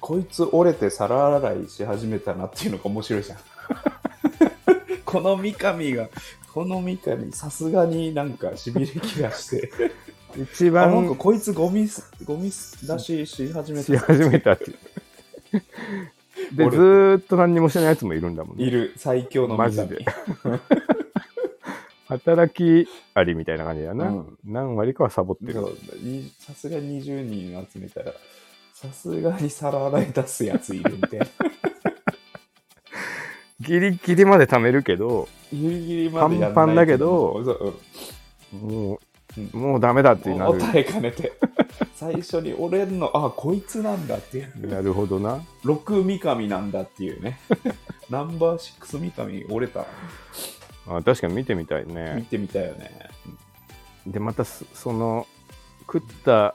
[SPEAKER 1] こいつ折れて皿洗いし始めたなっていうのが面白 いじゃん。この三上が、この三上、さすがになんかしびれ気がして、
[SPEAKER 2] 一
[SPEAKER 1] あなん
[SPEAKER 2] 番
[SPEAKER 1] かこいつゴミす、ゴミ出しし始め。
[SPEAKER 2] した始めたっていう。で、
[SPEAKER 1] 俺
[SPEAKER 2] ずーっと何にもしてないやつもいるんだもん
[SPEAKER 1] い
[SPEAKER 2] ね。
[SPEAKER 1] る、最強の
[SPEAKER 2] マ
[SPEAKER 1] 三
[SPEAKER 2] ジ
[SPEAKER 1] 上
[SPEAKER 2] で。働きありみたいな感じだよな。
[SPEAKER 1] うん
[SPEAKER 2] 何割かはサボってる。
[SPEAKER 1] そうにさすがに20人集めたら、さすがに皿洗い出すやついるみたいな。
[SPEAKER 2] ギリギリまで貯めるけど、
[SPEAKER 1] ギリギリまでやんない
[SPEAKER 2] パンパンだけど
[SPEAKER 1] そうう
[SPEAKER 2] もう、
[SPEAKER 1] ん
[SPEAKER 2] もうダメだって
[SPEAKER 1] うん、
[SPEAKER 2] な
[SPEAKER 1] も
[SPEAKER 2] る。
[SPEAKER 1] たえかねて、最初に折れんの、あ、こいつなんだっていう。
[SPEAKER 2] なるほどな。
[SPEAKER 1] 6三上なんだっていう ねナンバー6三上折れた
[SPEAKER 2] あ確かに見てみたい
[SPEAKER 1] 見
[SPEAKER 2] ね。
[SPEAKER 1] てみたよね
[SPEAKER 2] で、またそその、食った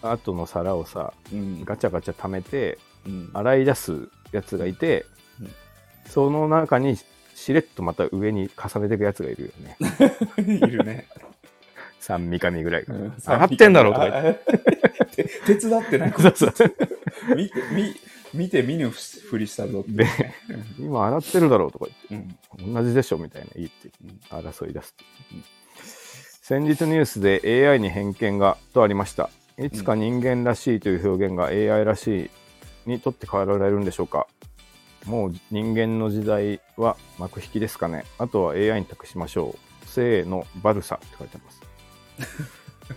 [SPEAKER 2] 後の皿をさ、
[SPEAKER 1] うん
[SPEAKER 2] ガチャガチャ貯めて、
[SPEAKER 1] うん
[SPEAKER 2] 洗い出すやつがいて、
[SPEAKER 1] うん
[SPEAKER 2] その中にしれっとまた上に重ねていくやつがいるよね
[SPEAKER 1] いるね
[SPEAKER 2] 三三上ぐらいが
[SPEAKER 1] うん
[SPEAKER 2] 「洗ってんだろ」とか言っ
[SPEAKER 1] ああ て手伝ってない
[SPEAKER 2] てそうそうそう
[SPEAKER 1] 見て見見て見ぬふりしたぞって
[SPEAKER 2] で「今洗ってるだろ」うとか言
[SPEAKER 1] うん
[SPEAKER 2] って「同じでしょ」みたいな言って
[SPEAKER 1] うん
[SPEAKER 2] 争い出すっていうね先日ニュースで AI に偏見がとありましたいつか人間らしいという表現が AI らしいにとって変えられるんでしょうかもう人間の時代は幕引きですかねあとは AI に託しましょうせーのバルサって書いてあり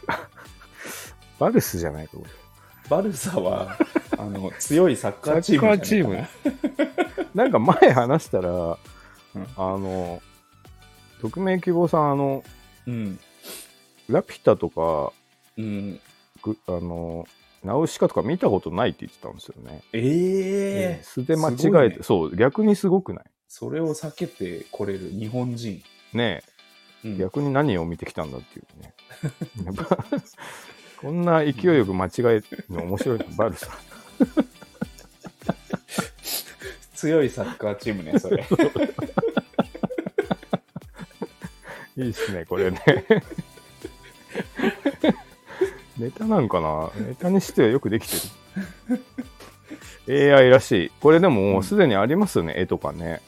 [SPEAKER 2] ますバルスじゃないかこれ
[SPEAKER 1] バルサ はあの強いサッカーチームじゃないかな
[SPEAKER 2] なんか前話したら、
[SPEAKER 1] ん
[SPEAKER 2] あの匿名希望さんあの
[SPEAKER 1] うん
[SPEAKER 2] ラピュタとか
[SPEAKER 1] うん
[SPEAKER 2] ぐあのナウシカとか見たことないって言ってたんですよね。
[SPEAKER 1] ええ
[SPEAKER 2] 素で間違
[SPEAKER 1] すご
[SPEAKER 2] え
[SPEAKER 1] い
[SPEAKER 2] て、
[SPEAKER 1] ね
[SPEAKER 2] そう逆にすごくない
[SPEAKER 1] それを避けてこれる日本人、
[SPEAKER 2] ね
[SPEAKER 1] うん
[SPEAKER 2] え、逆に何を見てきたんだっていうね。やっぱ こんな勢いよく間違えるの面白いなバルさん。
[SPEAKER 1] 強いサッカーチームねそれ
[SPEAKER 2] いいっすね、これね。ネタなんかなネタにしてはよくできてる。AI らしい。これでももうすでにありますよね、絵とかね。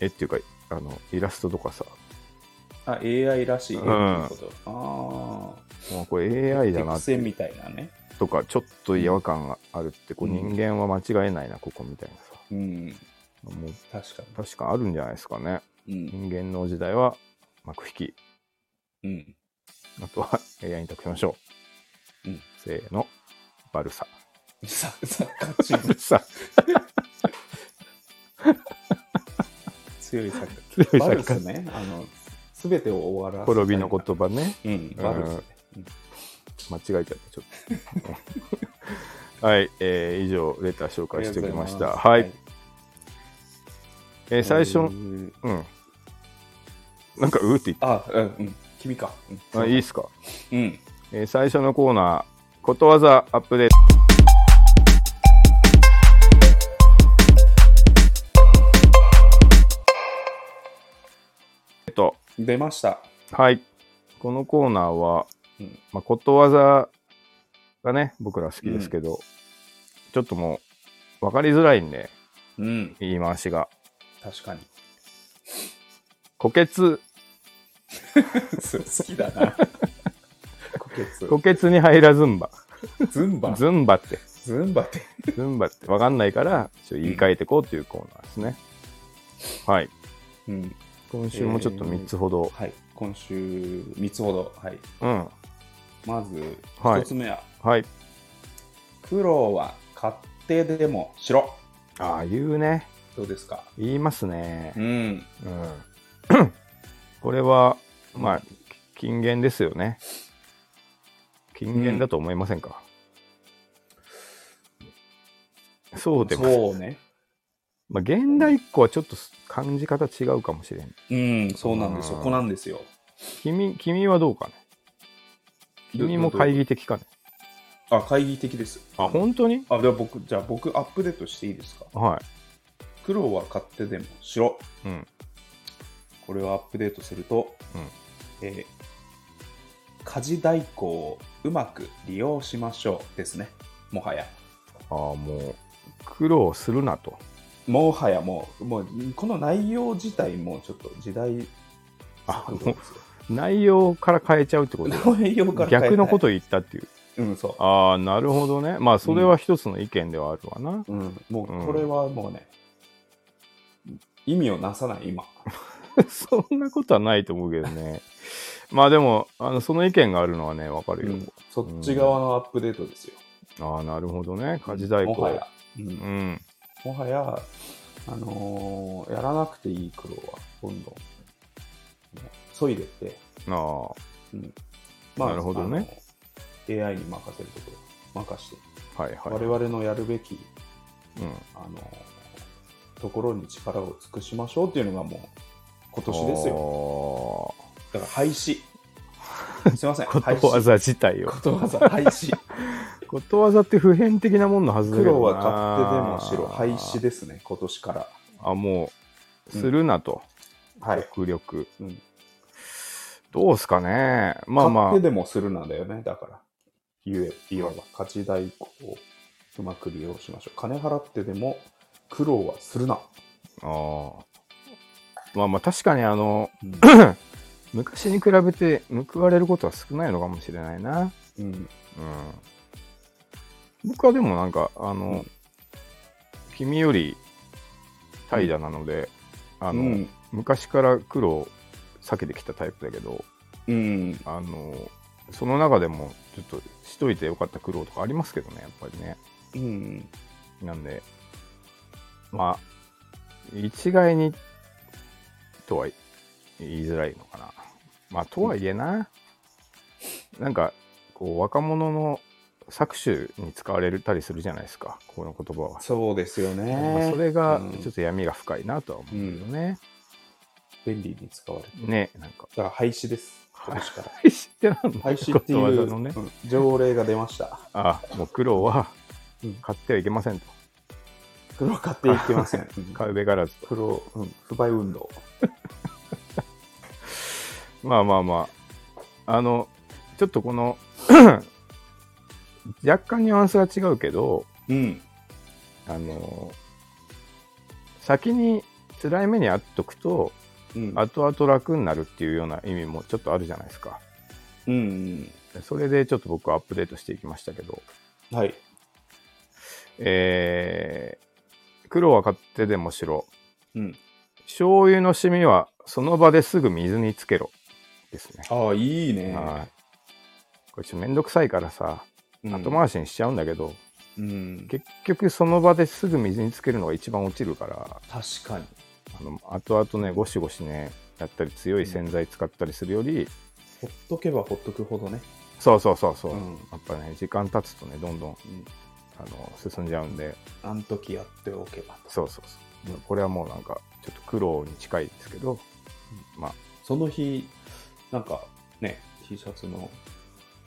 [SPEAKER 2] 絵っていうか、あの、イラストとかさ。
[SPEAKER 1] あ AI らしい、
[SPEAKER 2] うん
[SPEAKER 1] ってことああ
[SPEAKER 2] もうこれ AI だな
[SPEAKER 1] 適性みたいなね。
[SPEAKER 2] とか、ちょっと違和感があるって、こう
[SPEAKER 1] うん
[SPEAKER 2] 人間は間違えないな、ここみたいなさ。
[SPEAKER 1] うん、
[SPEAKER 2] もう
[SPEAKER 1] 確か
[SPEAKER 2] 確かあるんじゃないですかね。
[SPEAKER 1] に。
[SPEAKER 2] 人間の時代は幕引き。
[SPEAKER 1] うん。うん。
[SPEAKER 2] あとは AI に託しましょう。
[SPEAKER 1] うん
[SPEAKER 2] せーの、バルサ。
[SPEAKER 1] ササッカーチーム、
[SPEAKER 2] さ
[SPEAKER 1] 強いサッカ
[SPEAKER 2] 強い
[SPEAKER 1] ー。バル
[SPEAKER 2] 作
[SPEAKER 1] ス
[SPEAKER 2] 家
[SPEAKER 1] ね、あの、すべてを終わらせたい
[SPEAKER 2] 滅びの言葉ね
[SPEAKER 1] うん、バルスね。
[SPEAKER 2] 間違えちゃったちょっとはい、えー以上レター紹介しておきましたはい、えー最初の、
[SPEAKER 1] の。
[SPEAKER 2] うんなんかうーって言っ
[SPEAKER 1] あ、うん、うん。君か。うん
[SPEAKER 2] たあいいっすか、
[SPEAKER 1] うん。
[SPEAKER 2] えー最初のコーナーことわざアップデートえっと
[SPEAKER 1] 出ました。
[SPEAKER 2] はい。このコーナーは、
[SPEAKER 1] うん
[SPEAKER 2] まあ、ことわざがね、僕ら好きですけど、ちょっともう、分かりづらいんで、
[SPEAKER 1] うん、
[SPEAKER 2] 言い回しが。
[SPEAKER 1] 確かに。
[SPEAKER 2] 虎穴、
[SPEAKER 1] 好きだ な。こけつ。
[SPEAKER 2] 虎穴に入らずんば。
[SPEAKER 1] ズンバ。
[SPEAKER 2] ずんばって、
[SPEAKER 1] ズンバって。
[SPEAKER 2] ずんばって分かんないから、ちょっと言い換えてこうというコーナーですね。はい。
[SPEAKER 1] うん。
[SPEAKER 2] 今週もちょっと3つほど、
[SPEAKER 1] はい。今週、3つほど。はい。まず、
[SPEAKER 2] はい
[SPEAKER 1] 1つ目は、
[SPEAKER 2] うん。はい。
[SPEAKER 1] 苦労は勝手でもしろ。
[SPEAKER 2] ああ、言うね。
[SPEAKER 1] どうですか
[SPEAKER 2] 言いますね。
[SPEAKER 1] ん。
[SPEAKER 2] うん。これは、まあ、金言ですよね。金言だと思いませんか、そうでも、
[SPEAKER 1] そうね。
[SPEAKER 2] まあ、現代っ子はちょっと感じ方違うかもしれん。
[SPEAKER 1] うん、そうなんですよ。
[SPEAKER 2] うん
[SPEAKER 1] ここなんですよ。
[SPEAKER 2] 君、君はどうかね君も懐疑的かね
[SPEAKER 1] あ、懐疑的です。
[SPEAKER 2] あ、本当に
[SPEAKER 1] あ、では僕、じゃあ僕、アップデートしていいですか
[SPEAKER 2] は
[SPEAKER 1] 苦労は勝手でもしろ。
[SPEAKER 2] い。うん。
[SPEAKER 1] これをアップデートすると、
[SPEAKER 2] うん
[SPEAKER 1] えー家事代行をうまく利用しましょうですね。もはや。
[SPEAKER 2] ああもう苦労するなと
[SPEAKER 1] もはやもう、もうこの内容自体もちょっと時代
[SPEAKER 2] あ
[SPEAKER 1] 錯誤で
[SPEAKER 2] も
[SPEAKER 1] すよ
[SPEAKER 2] う内容から変えちゃうってことだ
[SPEAKER 1] 内容から変え
[SPEAKER 2] 逆のこと
[SPEAKER 1] ない
[SPEAKER 2] 言ったっていう
[SPEAKER 1] うん、そ
[SPEAKER 2] ああなるほどねまあそれは一つの意見ではあるわな、
[SPEAKER 1] う。うん、も
[SPEAKER 2] うん
[SPEAKER 1] うこれはもうね、意味をなさない今。
[SPEAKER 2] そんなことはないと思うけどねまあでもあのその意見があるのはねわかるよ、
[SPEAKER 1] うんそっち側のアップデートですよ。
[SPEAKER 2] ああなるほどね家事代
[SPEAKER 1] もは
[SPEAKER 2] 行
[SPEAKER 1] や。うん
[SPEAKER 2] うん
[SPEAKER 1] もはや、あのーやらなくていい苦労は、どんどん、削いでって、
[SPEAKER 2] ああ
[SPEAKER 1] うん
[SPEAKER 2] なるほどね。
[SPEAKER 1] あの AI に任せるところ、任して、
[SPEAKER 2] はいはい、
[SPEAKER 1] 我々のやるべき、
[SPEAKER 2] うん、
[SPEAKER 1] あのーところに力を尽くしましょうっていうのがもう、今年ですよ。
[SPEAKER 2] よ
[SPEAKER 1] だから廃 止。すいません、
[SPEAKER 2] こ
[SPEAKER 1] 廃
[SPEAKER 2] とわ
[SPEAKER 1] 止。
[SPEAKER 2] ざ自体を
[SPEAKER 1] ことわざ廃 止。
[SPEAKER 2] ことわざって普遍的なもんのはずだけ
[SPEAKER 1] 苦
[SPEAKER 2] どな
[SPEAKER 1] 労は勝手でも白、廃止ですね、今年から。
[SPEAKER 2] あもうするなと、
[SPEAKER 1] はい。
[SPEAKER 2] 極力
[SPEAKER 1] うん
[SPEAKER 2] どうすかねまあま
[SPEAKER 1] 勝手でもするなんだよね、だから。言え、いわば、価値代行をうまく利用しましょう。金払ってでも苦労はするな。
[SPEAKER 2] あああまあまあ確かにあの
[SPEAKER 1] うん。
[SPEAKER 2] 昔に比べて報われることは少ないのかもしれないな
[SPEAKER 1] うん
[SPEAKER 2] うん僕はでもなんかあの、
[SPEAKER 1] うん
[SPEAKER 2] 君より怠惰なので、あ
[SPEAKER 1] あ
[SPEAKER 2] の、
[SPEAKER 1] うん。
[SPEAKER 2] 昔から苦労を避けてきたタイプだけど
[SPEAKER 1] うん。
[SPEAKER 2] あのその中でもちょっとしといてよかった苦労とかありますけどねやっぱりね
[SPEAKER 1] うん。
[SPEAKER 2] なんでまあ一概にとは言いづらいのかなまあとはいえな、なんかこう若者の搾取に使われたりするじゃないですかこの言葉は、
[SPEAKER 1] そうですよ
[SPEAKER 2] まあ
[SPEAKER 1] ね。
[SPEAKER 2] それが
[SPEAKER 1] うん
[SPEAKER 2] ちょっと闇が深いなとは思うけどね、
[SPEAKER 1] 便利に使われる。
[SPEAKER 2] ねなんか
[SPEAKER 1] だから廃止です。今年から。
[SPEAKER 2] 廃止ってなんだ
[SPEAKER 1] 廃止ってい
[SPEAKER 2] ことわざ
[SPEAKER 1] う、
[SPEAKER 2] のね
[SPEAKER 1] うん条例が出ました。
[SPEAKER 2] あもう苦労は
[SPEAKER 1] うん
[SPEAKER 2] 買ってはいけませんと、
[SPEAKER 1] 苦労買っていけません。 うん
[SPEAKER 2] 買うべからずと
[SPEAKER 1] 苦労、うん、不買運動。
[SPEAKER 2] まあまあまああのちょっとこの 若干ニュアンスが違うけど
[SPEAKER 1] うん。
[SPEAKER 2] あの先に辛い目にあっとくと
[SPEAKER 1] うん。
[SPEAKER 2] 後々楽になるっていうような意味もちょっとあるじゃないですか
[SPEAKER 1] うん。
[SPEAKER 2] それでちょっと僕はアップデートしていきましたけど
[SPEAKER 1] はい。
[SPEAKER 2] えー、黒は買ってでも白
[SPEAKER 1] うん。
[SPEAKER 2] 醤油のシミはその場ですぐ水につけろですね
[SPEAKER 1] ああ、いいね。
[SPEAKER 2] はいこれちょっとめんどくさいからさ
[SPEAKER 1] うん
[SPEAKER 2] 後回しにしちゃうんだけど、
[SPEAKER 1] うん。
[SPEAKER 2] 結局その場ですぐ水につけるのが一番落ちるから
[SPEAKER 1] 確かに。
[SPEAKER 2] あの後々ねゴシゴシねやったり強い洗剤使ったりするより、
[SPEAKER 1] ほっとけばほっとくほどね。
[SPEAKER 2] そうそうそうそう、
[SPEAKER 1] うん
[SPEAKER 2] やっぱね時間経つとねどんどん
[SPEAKER 1] うん。
[SPEAKER 2] あの進んじゃうんで
[SPEAKER 1] あの時やっておけばと。
[SPEAKER 2] そうそうそうこれはもうなんかちょっと苦労に近いですけど、まあ
[SPEAKER 1] その日、なんかね、T シャツの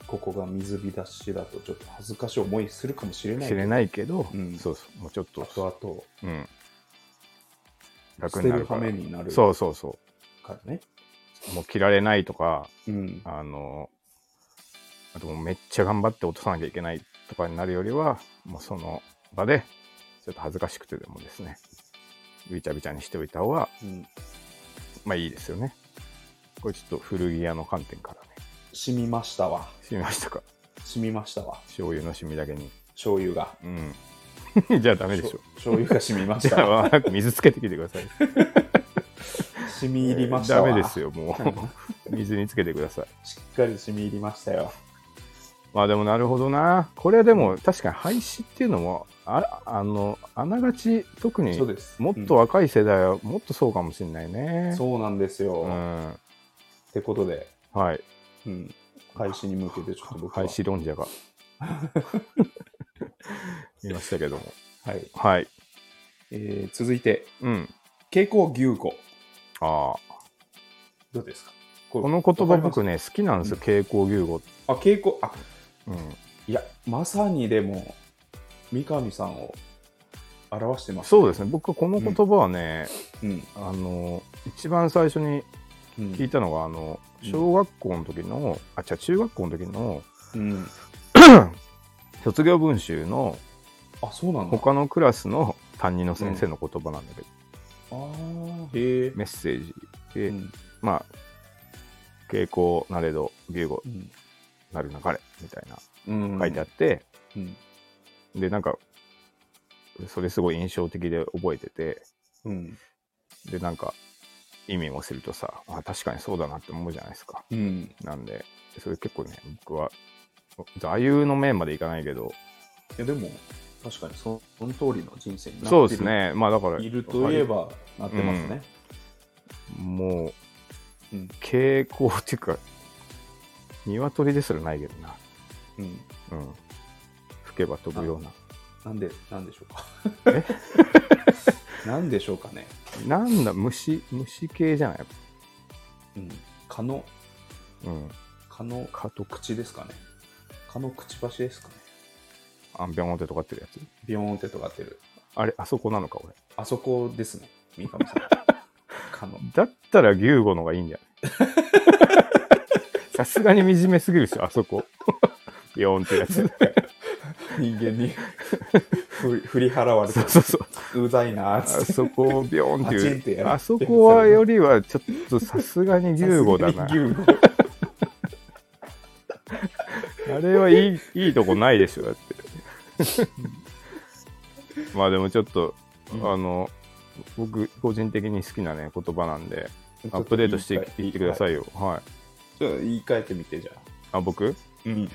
[SPEAKER 1] ここが水浸しだとちょっと恥ずかしい思いするかもしれない
[SPEAKER 2] 知
[SPEAKER 1] けど。
[SPEAKER 2] れないけど、
[SPEAKER 1] うん
[SPEAKER 2] そうそうもうちょっと
[SPEAKER 1] 後々
[SPEAKER 2] うん、
[SPEAKER 1] 捨
[SPEAKER 2] 楽
[SPEAKER 1] て
[SPEAKER 2] にな
[SPEAKER 1] る
[SPEAKER 2] るか
[SPEAKER 1] 羽目
[SPEAKER 2] ら
[SPEAKER 1] になる
[SPEAKER 2] そうそうそ
[SPEAKER 1] からね。
[SPEAKER 2] うもう切られないとか
[SPEAKER 1] うん。
[SPEAKER 2] あの、あともうめっちゃ頑張って落とさなきゃいけないとかになるよりは、もうその場で、ちょっと恥ずかしくてでもですね、びちゃびちゃにしておいた方が、
[SPEAKER 1] うん。
[SPEAKER 2] まあいいですよね。これちょっと古着屋の観点からね、
[SPEAKER 1] 染みましたわ。
[SPEAKER 2] 染みましたか
[SPEAKER 1] 染みましたわ。
[SPEAKER 2] 醤油の染みだけに。
[SPEAKER 1] 醤油が。
[SPEAKER 2] うん。 じゃあダメでしょ。
[SPEAKER 1] 醤油が染みまし
[SPEAKER 2] じ
[SPEAKER 1] たわ。
[SPEAKER 2] ゃあ、水つけてきてください。
[SPEAKER 1] 染み入りましたわ。
[SPEAKER 2] ダメですよ、もう。水につけてください。
[SPEAKER 1] しっかり染み入りましたよ。
[SPEAKER 2] まあでもなるほどな。これでも確かに廃止っていうのも、ああの、あながち、特に
[SPEAKER 1] そうです。
[SPEAKER 2] もっと若い世代はもっとそうかもしれないね。
[SPEAKER 1] うんそうなんですよ。
[SPEAKER 2] う
[SPEAKER 1] っ
[SPEAKER 2] ん。
[SPEAKER 1] てことで、
[SPEAKER 2] はい。
[SPEAKER 1] うん、開始に向けてちょっと僕は
[SPEAKER 2] 廃止論 者がいましたけども。
[SPEAKER 1] はい
[SPEAKER 2] はい。
[SPEAKER 1] えー続いて
[SPEAKER 2] うん。
[SPEAKER 1] 蛍光牛語
[SPEAKER 2] ああ。
[SPEAKER 1] どうですか
[SPEAKER 2] こ
[SPEAKER 1] こ
[SPEAKER 2] の言葉
[SPEAKER 1] わか
[SPEAKER 2] 僕
[SPEAKER 1] り
[SPEAKER 2] ね、好きなんですよ。
[SPEAKER 1] うん
[SPEAKER 2] 蛍光牛語。
[SPEAKER 1] あ蛍光あ
[SPEAKER 2] うん。
[SPEAKER 1] いやまさにでも三上さんを表してます
[SPEAKER 2] そうですね。僕はこの言葉はね、
[SPEAKER 1] うん
[SPEAKER 2] あの、一番最初に
[SPEAKER 1] うん
[SPEAKER 2] 聞いたのが、あの小学校の時の、あ違う中学校の時の
[SPEAKER 1] うん、
[SPEAKER 2] 卒業文集の
[SPEAKER 1] あそうなんだ
[SPEAKER 2] 他のクラスの担任の先生の言葉なんだけど、
[SPEAKER 1] あーへえ、
[SPEAKER 2] メッセージ
[SPEAKER 1] う
[SPEAKER 2] で、
[SPEAKER 1] ん
[SPEAKER 2] まあ傾向なれど牛語
[SPEAKER 1] うん
[SPEAKER 2] なるなかれみたいな
[SPEAKER 1] うん、
[SPEAKER 2] 書いてあ
[SPEAKER 1] る、
[SPEAKER 2] って、
[SPEAKER 1] うん
[SPEAKER 2] でなんかそれすごい印象的で覚えてて
[SPEAKER 1] うん
[SPEAKER 2] でなんか意味もするとさあ確かにそうだなって思うじゃないですか
[SPEAKER 1] うん、
[SPEAKER 2] なんでそれ結構ね僕は座右の銘までいかないけど
[SPEAKER 1] いやでも確かにそその通りの人生になってる
[SPEAKER 2] そうですねまあだから
[SPEAKER 1] いるといえばなってますね、
[SPEAKER 2] もう
[SPEAKER 1] うん
[SPEAKER 2] 傾向っていうか鶏ですらないけどな
[SPEAKER 1] うん、
[SPEAKER 2] うん吹けば飛ぶような
[SPEAKER 1] なんでなんでしょうか なんでしょうかね、
[SPEAKER 2] なんだ虫虫系じゃないやっ
[SPEAKER 1] うん、蚊の
[SPEAKER 2] ぱうん
[SPEAKER 1] 蚊の
[SPEAKER 2] 蚊とか
[SPEAKER 1] 口ですかね蚊のくちばしですかね
[SPEAKER 2] あんぴょんってとかってるやつ
[SPEAKER 1] ビヨーンってとがってる
[SPEAKER 2] あれあそこなのか俺
[SPEAKER 1] あそこですね三 上さん蚊の
[SPEAKER 2] だったら牛語の方がいいんじゃ ないさすがに惨めすぎるでしょあそこビヨーンってやつ
[SPEAKER 1] 人間にふ 振り払われて
[SPEAKER 2] そうそうそう
[SPEAKER 1] うざいなー
[SPEAKER 2] あ
[SPEAKER 1] っつって
[SPEAKER 2] そこをビョーンって
[SPEAKER 1] パチンって
[SPEAKER 2] い
[SPEAKER 1] や
[SPEAKER 2] う
[SPEAKER 1] る
[SPEAKER 2] あそこはよりはちょっとさすがに牛語だ
[SPEAKER 1] さ
[SPEAKER 2] な
[SPEAKER 1] すがに牛語
[SPEAKER 2] あれはいいいいとこないでしょだって まあでもちょっと、
[SPEAKER 1] うん
[SPEAKER 2] あの僕個人的に好きなね言葉なんで
[SPEAKER 1] ちょっと
[SPEAKER 2] アップデートして
[SPEAKER 1] 言
[SPEAKER 2] いってくださ
[SPEAKER 1] い。
[SPEAKER 2] いよはい、
[SPEAKER 1] ちょっと言い換えてみてじゃあ。
[SPEAKER 2] あ僕
[SPEAKER 1] うん。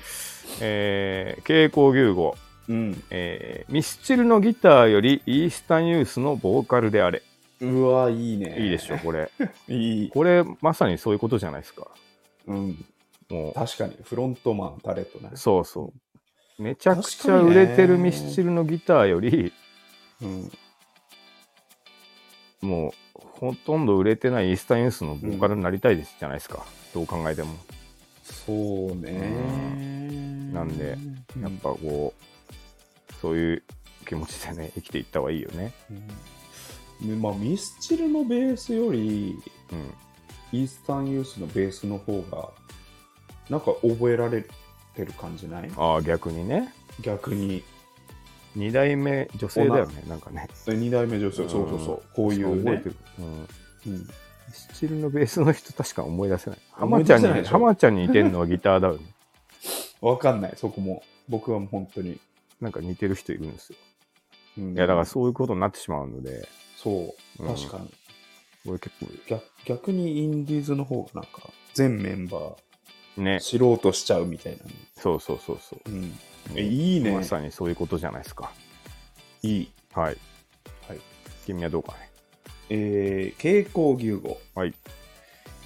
[SPEAKER 2] えー、蛍光牛語
[SPEAKER 1] うん。
[SPEAKER 2] えーミスチルのギターよりイースタンユースのボーカルであれ。
[SPEAKER 1] うわ、いいね。
[SPEAKER 2] いいでしょ、これ。
[SPEAKER 1] いい。
[SPEAKER 2] これ、まさにそういうことじゃないですか。
[SPEAKER 1] うん。
[SPEAKER 2] も
[SPEAKER 1] 確かに、フロントマン、タレットね
[SPEAKER 2] う、。そうそう。めちゃくちゃ売れてるミスチルのギターより、
[SPEAKER 1] うん。
[SPEAKER 2] もう、ほとんど売れてないイースタンユースのボーカルになりたいですじゃないですか。どう考えても。
[SPEAKER 1] そうね。
[SPEAKER 2] なんで
[SPEAKER 1] うん、
[SPEAKER 2] やっぱこう、そういう気持ちでね、生きていった方がいいよね。
[SPEAKER 1] うんまあ、ミスチルのベースより、
[SPEAKER 2] うん。
[SPEAKER 1] イースタンユースのベースの方が、なんか覚えられてる感じない
[SPEAKER 2] ああ、逆にね。
[SPEAKER 1] 逆に。
[SPEAKER 2] 二代目女性だよね、なんかね。
[SPEAKER 1] 二代目女性、そうそうそう。こういう、
[SPEAKER 2] 覚え
[SPEAKER 1] ね
[SPEAKER 2] て。る。うん
[SPEAKER 1] うん
[SPEAKER 2] ミスチルのベースの人確か思い出せない。
[SPEAKER 1] 思
[SPEAKER 2] 浜
[SPEAKER 1] い
[SPEAKER 2] ち
[SPEAKER 1] 出
[SPEAKER 2] ゃん
[SPEAKER 1] せない
[SPEAKER 2] に、
[SPEAKER 1] でしょ
[SPEAKER 2] 浜ちゃんに似てるのはギターだよね。
[SPEAKER 1] わかんない、そこも。僕はもう本当に。
[SPEAKER 2] なんか似てる人いるんですよ。
[SPEAKER 1] い
[SPEAKER 2] いや、だからそういうことになってしまうので、
[SPEAKER 1] そう、
[SPEAKER 2] うん
[SPEAKER 1] 確かに。
[SPEAKER 2] 俺結構
[SPEAKER 1] 逆逆にインディーズの方がなんか、全メンバー
[SPEAKER 2] ね、
[SPEAKER 1] 知ろうとしちゃうみたいな。
[SPEAKER 2] そうそうそうそう。
[SPEAKER 1] うん。えいいね
[SPEAKER 2] まさにそういうことじゃないですか。
[SPEAKER 1] いい。
[SPEAKER 2] はい。
[SPEAKER 1] はい。
[SPEAKER 2] 君はどうかね。
[SPEAKER 1] えー、蛍光牛語。
[SPEAKER 2] はい。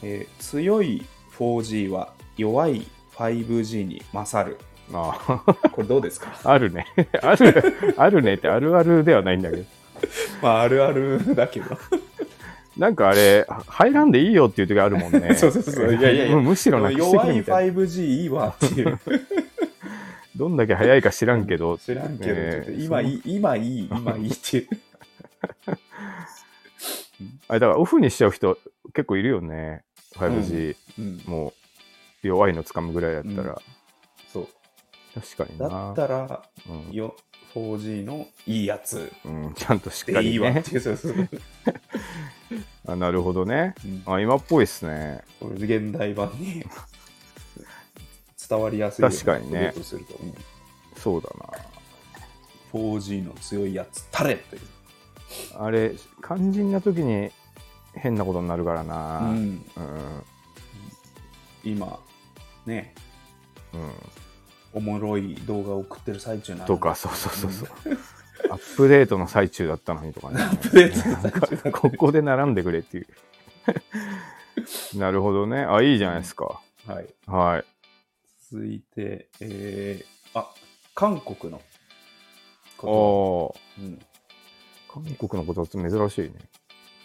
[SPEAKER 1] えー強い 4G は弱い 5G に勝る。
[SPEAKER 2] あ あ、
[SPEAKER 1] これどうですか
[SPEAKER 2] あるね。 ある、あるねってあるあるではないんだけど。
[SPEAKER 1] まあ、あるあるだけど。
[SPEAKER 2] なんかあれ、入らんでいいよっていう時あるもん ね。
[SPEAKER 1] そうそうそういやいやいや
[SPEAKER 2] むむしろなくしてく
[SPEAKER 1] 弱
[SPEAKER 2] る
[SPEAKER 1] い
[SPEAKER 2] みたいな。
[SPEAKER 1] 5G いいわって いう。
[SPEAKER 2] どんだけ早いか知らんけど。
[SPEAKER 1] 知らんけど、ちょっと
[SPEAKER 2] ね
[SPEAKER 1] 今いい、今いい、今いいって いう。
[SPEAKER 2] あれだからオフにしちゃう人結構いるよね 5G、
[SPEAKER 1] うん、
[SPEAKER 2] もう弱いのつかむぐらいだったら、
[SPEAKER 1] そう。
[SPEAKER 2] 確かに
[SPEAKER 1] だ
[SPEAKER 2] な
[SPEAKER 1] ったら、
[SPEAKER 2] うん
[SPEAKER 1] よ 4G のいいやつ
[SPEAKER 2] うんちゃんとしっか
[SPEAKER 1] でい
[SPEAKER 2] り
[SPEAKER 1] いわっ
[SPEAKER 2] ね
[SPEAKER 1] ていう、そうそうそう
[SPEAKER 2] あなるほどね
[SPEAKER 1] うん
[SPEAKER 2] あ今っぽいっすね
[SPEAKER 1] これ現代版に 伝わりやすいよう
[SPEAKER 2] 確かにね
[SPEAKER 1] アップデートすると思う
[SPEAKER 2] そうだ
[SPEAKER 1] 4G の強いやつタレという、
[SPEAKER 2] なあれ肝心な時に変なことになるから
[SPEAKER 1] う
[SPEAKER 2] な、うん
[SPEAKER 1] ん、今ね
[SPEAKER 2] うん
[SPEAKER 1] おもろい動画を送ってる最中なのに
[SPEAKER 2] とかそうそうそうそう アップデートの最中だったのにとかね
[SPEAKER 1] アップデートの最中だ った
[SPEAKER 2] なんかここで並んでくれってい うなるほどねあいいじゃないですか、
[SPEAKER 1] はい
[SPEAKER 2] はい
[SPEAKER 1] 続いてえー、あ韓国の
[SPEAKER 2] あ
[SPEAKER 1] こ
[SPEAKER 2] あ
[SPEAKER 1] と、うん、
[SPEAKER 2] 韓国のことって珍しいね。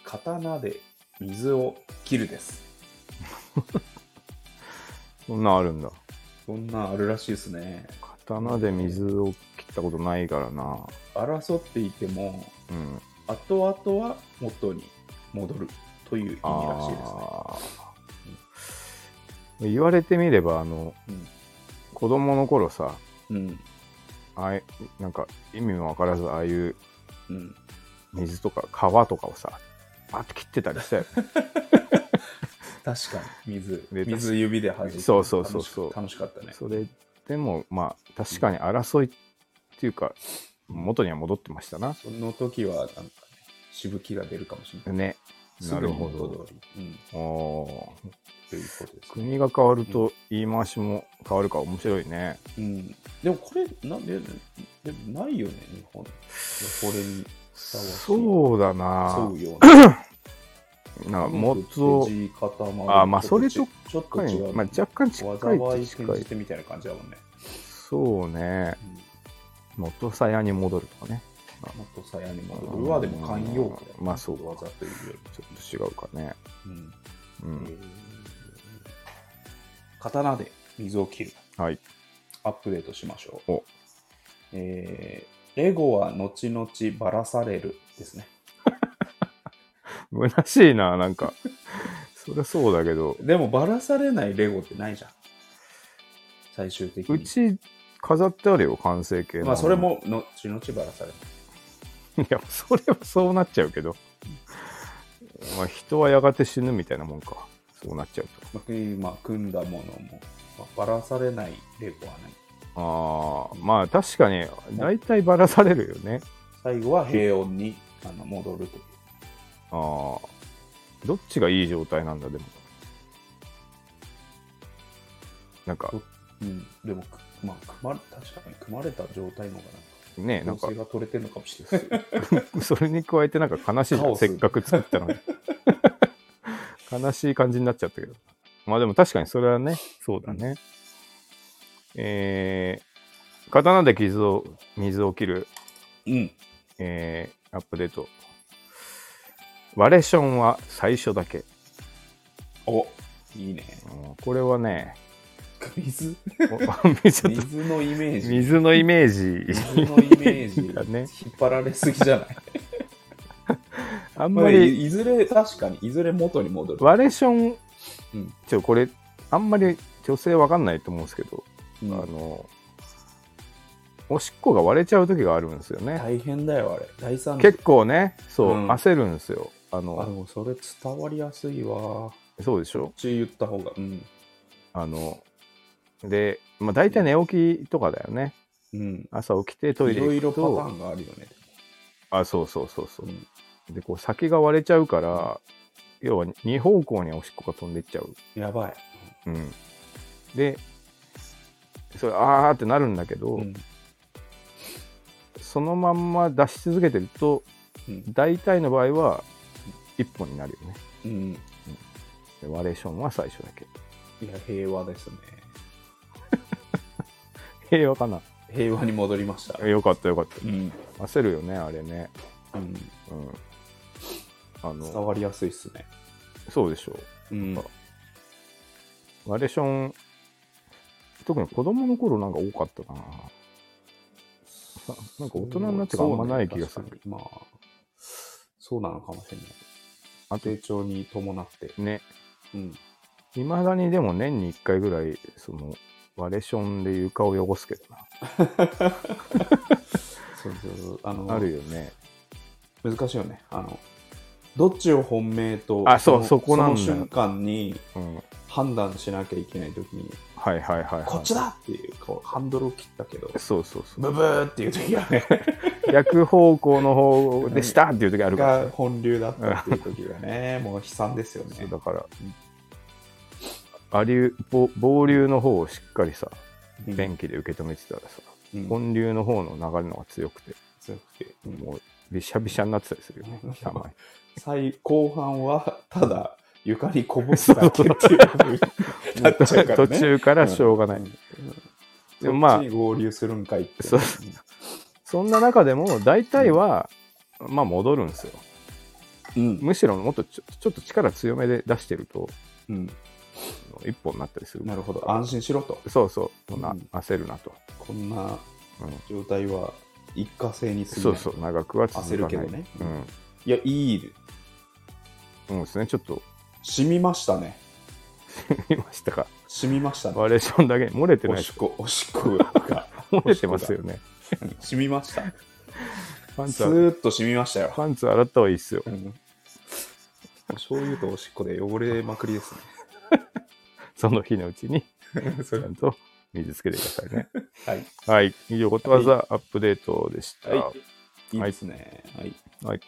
[SPEAKER 1] 刀で水を切るです
[SPEAKER 2] そんなんあるんだ。
[SPEAKER 1] そんなんあるらしいですね
[SPEAKER 2] 刀で水を切ったことないからな。
[SPEAKER 1] 争っていても
[SPEAKER 2] うん。
[SPEAKER 1] 後々は元に戻るという意味らしいですね。
[SPEAKER 2] あ言われてみればあの、
[SPEAKER 1] うん
[SPEAKER 2] 子供の頃さ
[SPEAKER 1] うん。
[SPEAKER 2] あいなんか意味もわからずああいう
[SPEAKER 1] うん。
[SPEAKER 2] 水とか川とかをさパッと切ってたりしたよ ね
[SPEAKER 1] 確かに。水
[SPEAKER 2] で。
[SPEAKER 1] 水指で弾いて。
[SPEAKER 2] そうそうそうそう
[SPEAKER 1] 楽しかったね。
[SPEAKER 2] それでもまあ確かに争いっていうか元には戻ってましたな
[SPEAKER 1] その時は、なんかね、しぶきが出るかもしれない。
[SPEAKER 2] ね
[SPEAKER 1] す
[SPEAKER 2] な
[SPEAKER 1] ぐ
[SPEAKER 2] る
[SPEAKER 1] に
[SPEAKER 2] ほ
[SPEAKER 1] 元
[SPEAKER 2] ど
[SPEAKER 1] 通り。うん。
[SPEAKER 2] おー
[SPEAKER 1] ということですね。
[SPEAKER 2] 国が変わると言い回しも変わるから面白いね
[SPEAKER 1] うん。でもこれ、なんで、でもないよね、日本。これにふさわしい。
[SPEAKER 2] そうだな
[SPEAKER 1] そうような。
[SPEAKER 2] なんかもっと
[SPEAKER 1] 手地固まる
[SPEAKER 2] あまあそれと
[SPEAKER 1] ちょっと
[SPEAKER 2] 近い
[SPEAKER 1] 違う。
[SPEAKER 2] まあ、若干近い
[SPEAKER 1] 災
[SPEAKER 2] っ
[SPEAKER 1] い
[SPEAKER 2] て近
[SPEAKER 1] 転
[SPEAKER 2] い
[SPEAKER 1] じてみたいな感じだもんね。
[SPEAKER 2] そうね元さやに戻るとかね
[SPEAKER 1] もっとさやに戻るはでも慣用句だよね
[SPEAKER 2] まあそう
[SPEAKER 1] わざというより。
[SPEAKER 2] ちょっと違うかね
[SPEAKER 1] うん
[SPEAKER 2] う
[SPEAKER 1] え
[SPEAKER 2] ん
[SPEAKER 1] ー刀で水を切る。
[SPEAKER 2] はい
[SPEAKER 1] アップデートしましょう。
[SPEAKER 2] お
[SPEAKER 1] えーエゴは後々ばらされるですね。
[SPEAKER 2] 虚しいななんか そりゃそうだけど
[SPEAKER 1] でもばらされないレゴってないじゃん。最終的
[SPEAKER 2] う
[SPEAKER 1] に。
[SPEAKER 2] ち飾ってあるよ完成形の
[SPEAKER 1] まあそれも後々ばらされる。
[SPEAKER 2] いやそれはそうなっちゃうけどまあ人はやがて死ぬみたいなもんかそうなっちゃう
[SPEAKER 1] まあくまあ、組んだものも、まあばらされないレゴはない。
[SPEAKER 2] とああまあ確かに大体ばらされるよね
[SPEAKER 1] 最後は平穏にあの戻るという。
[SPEAKER 2] ああどっちがいい状態なんだでもなんか
[SPEAKER 1] うん、でも、くまあ、組ま確かに組まれた状態の方が
[SPEAKER 2] ね
[SPEAKER 1] な
[SPEAKER 2] なんん
[SPEAKER 1] か、
[SPEAKER 2] か
[SPEAKER 1] 調整が取れてるのかもしれない。
[SPEAKER 2] それに加えてなんか悲しいじゃ
[SPEAKER 1] カオ
[SPEAKER 2] ん
[SPEAKER 1] ス
[SPEAKER 2] せっかく作ったの に悲しい感じになっちゃったけどまあでも確かにそれはねそうだね、えー、刀で傷を水を切る、
[SPEAKER 1] うん。
[SPEAKER 2] えー、アップデートワレションは最初だけ
[SPEAKER 1] おいいね。
[SPEAKER 2] うんこれはね
[SPEAKER 1] 水
[SPEAKER 2] おちょっと
[SPEAKER 1] 水のイメージ。
[SPEAKER 2] 水のイメージ
[SPEAKER 1] 水のイメージ。
[SPEAKER 2] がね
[SPEAKER 1] 引っ張られすぎじゃない。
[SPEAKER 2] あん
[SPEAKER 1] ま
[SPEAKER 2] ま
[SPEAKER 1] あ、
[SPEAKER 2] り
[SPEAKER 1] いずれ、確かに、いずれ元に戻る。
[SPEAKER 2] ワレション、
[SPEAKER 1] うん
[SPEAKER 2] ちょこれあんまり女性わかんないと思うんですけど、
[SPEAKER 1] うん
[SPEAKER 2] あのおしっこが割れちゃう時があるんですよね
[SPEAKER 1] 大変だよ、あれ。大惨事。
[SPEAKER 2] 結構ねそう、
[SPEAKER 1] うん
[SPEAKER 2] 焦るんですよあ
[SPEAKER 1] あ、で
[SPEAKER 2] の
[SPEAKER 1] もそれ伝わりやすいわ。こ
[SPEAKER 2] そうでしょ
[SPEAKER 1] っち言った方が。うん。
[SPEAKER 2] あので、まあ、大体寝起きとかだよね
[SPEAKER 1] うん。
[SPEAKER 2] 朝起きてトイ
[SPEAKER 1] い
[SPEAKER 2] レ
[SPEAKER 1] ろい
[SPEAKER 2] 行
[SPEAKER 1] ろ
[SPEAKER 2] く
[SPEAKER 1] パタ
[SPEAKER 2] と
[SPEAKER 1] ーンがあるよね。
[SPEAKER 2] あそうそうそうそう
[SPEAKER 1] うん
[SPEAKER 2] でこう先が割れちゃうから要は2方向におしっこが飛んでいっちゃう
[SPEAKER 1] やばい。
[SPEAKER 2] うん、でそれあーってなるんだけど、
[SPEAKER 1] うん。
[SPEAKER 2] そのまんま出し続けてると
[SPEAKER 1] うん。
[SPEAKER 2] 大体の場合は一本になるよね
[SPEAKER 1] うん、
[SPEAKER 2] でワレーションは最初だけ
[SPEAKER 1] いや、平和ですね。
[SPEAKER 2] 平和かな
[SPEAKER 1] 平和に戻りました。
[SPEAKER 2] えよかったよかった
[SPEAKER 1] うん。
[SPEAKER 2] 焦るよねあれね
[SPEAKER 1] うん、
[SPEAKER 2] うんあ
[SPEAKER 1] 伝
[SPEAKER 2] の
[SPEAKER 1] わりやすいっすね。
[SPEAKER 2] そうでしょ
[SPEAKER 1] うん
[SPEAKER 2] あうワレーション特に子供の頃なんか多かったなさ なんか大人になってからあんまない気がす
[SPEAKER 1] そう
[SPEAKER 2] る、
[SPEAKER 1] ね確かにまあ、そうなのかもしれない。
[SPEAKER 2] あと
[SPEAKER 1] 成長に伴って。
[SPEAKER 2] ね
[SPEAKER 1] うん。
[SPEAKER 2] いまだにでも年に1回ぐらいそのワレションで床を汚すけどな
[SPEAKER 1] そうそうそう。あの、
[SPEAKER 2] あるよね
[SPEAKER 1] 難しいよね。あの、どっちを本命と、
[SPEAKER 2] あそう
[SPEAKER 1] の
[SPEAKER 2] そこなんだよ
[SPEAKER 1] その瞬間に
[SPEAKER 2] うんはい
[SPEAKER 1] 判断しなきゃいけないときに、
[SPEAKER 2] はいはい、はい、
[SPEAKER 1] こっちだっていう、こう、ハンドルを切ったけど、
[SPEAKER 2] そうそうそ
[SPEAKER 1] ブ
[SPEAKER 2] う
[SPEAKER 1] ブーっていうと きがね、
[SPEAKER 2] 逆方向の方でしたっていう時あるから
[SPEAKER 1] が本流だったっていうときがね、もう悲惨ですよ
[SPEAKER 2] そう
[SPEAKER 1] ね。
[SPEAKER 2] だからあ流ぼ暴流の方をしっかりさ
[SPEAKER 1] うん
[SPEAKER 2] 便器で受け止めてたらさ
[SPEAKER 1] うん
[SPEAKER 2] 本流の方の流れの方が強くて
[SPEAKER 1] 強くて。うん
[SPEAKER 2] もうびしゃびしゃになってたりするよね
[SPEAKER 1] うん
[SPEAKER 2] た まに
[SPEAKER 1] 最後半はただ床にこぼすだけっていう風になっちゃうからね。
[SPEAKER 2] 途中からしょうがない、
[SPEAKER 1] うん
[SPEAKER 2] でもまあ
[SPEAKER 1] そっちに合流するんかいって。
[SPEAKER 2] そうそんな中でも大体は、まあ戻るんですよ
[SPEAKER 1] うん。
[SPEAKER 2] むしろもっとちょちょっと力強めで出してると
[SPEAKER 1] うん。
[SPEAKER 2] あの一本になったりする
[SPEAKER 1] なるほど。安心しろと。
[SPEAKER 2] そうそうそんな
[SPEAKER 1] うん
[SPEAKER 2] 焦るなと、
[SPEAKER 1] こんな
[SPEAKER 2] うん
[SPEAKER 1] 状態は一過性にすぎ
[SPEAKER 2] そ
[SPEAKER 1] な
[SPEAKER 2] う
[SPEAKER 1] い。
[SPEAKER 2] そう長くは続かない
[SPEAKER 1] 焦るけどね
[SPEAKER 2] うん
[SPEAKER 1] いや、いい。
[SPEAKER 2] そうですね、ちょっと
[SPEAKER 1] 染みましたね。
[SPEAKER 2] 見ましたか。
[SPEAKER 1] 染みましたね。
[SPEAKER 2] バリエーションだけ漏れて
[SPEAKER 1] お
[SPEAKER 2] ない
[SPEAKER 1] しっこ、おしっこ が。
[SPEAKER 2] 漏れてますよね
[SPEAKER 1] うん染みました。
[SPEAKER 2] パン
[SPEAKER 1] ス
[SPEAKER 2] ツは
[SPEAKER 1] ーッと染みましたよ。
[SPEAKER 2] パンツ洗った方がいいっすよ
[SPEAKER 1] うんお醤油とおしっこで汚れまくりです
[SPEAKER 2] その日のうちに
[SPEAKER 1] ね。
[SPEAKER 2] ちゃんと水つけてくださいね
[SPEAKER 1] はい。
[SPEAKER 2] はい以上ことわざアップデートでした、
[SPEAKER 1] はい。いいですね。はい。
[SPEAKER 2] はい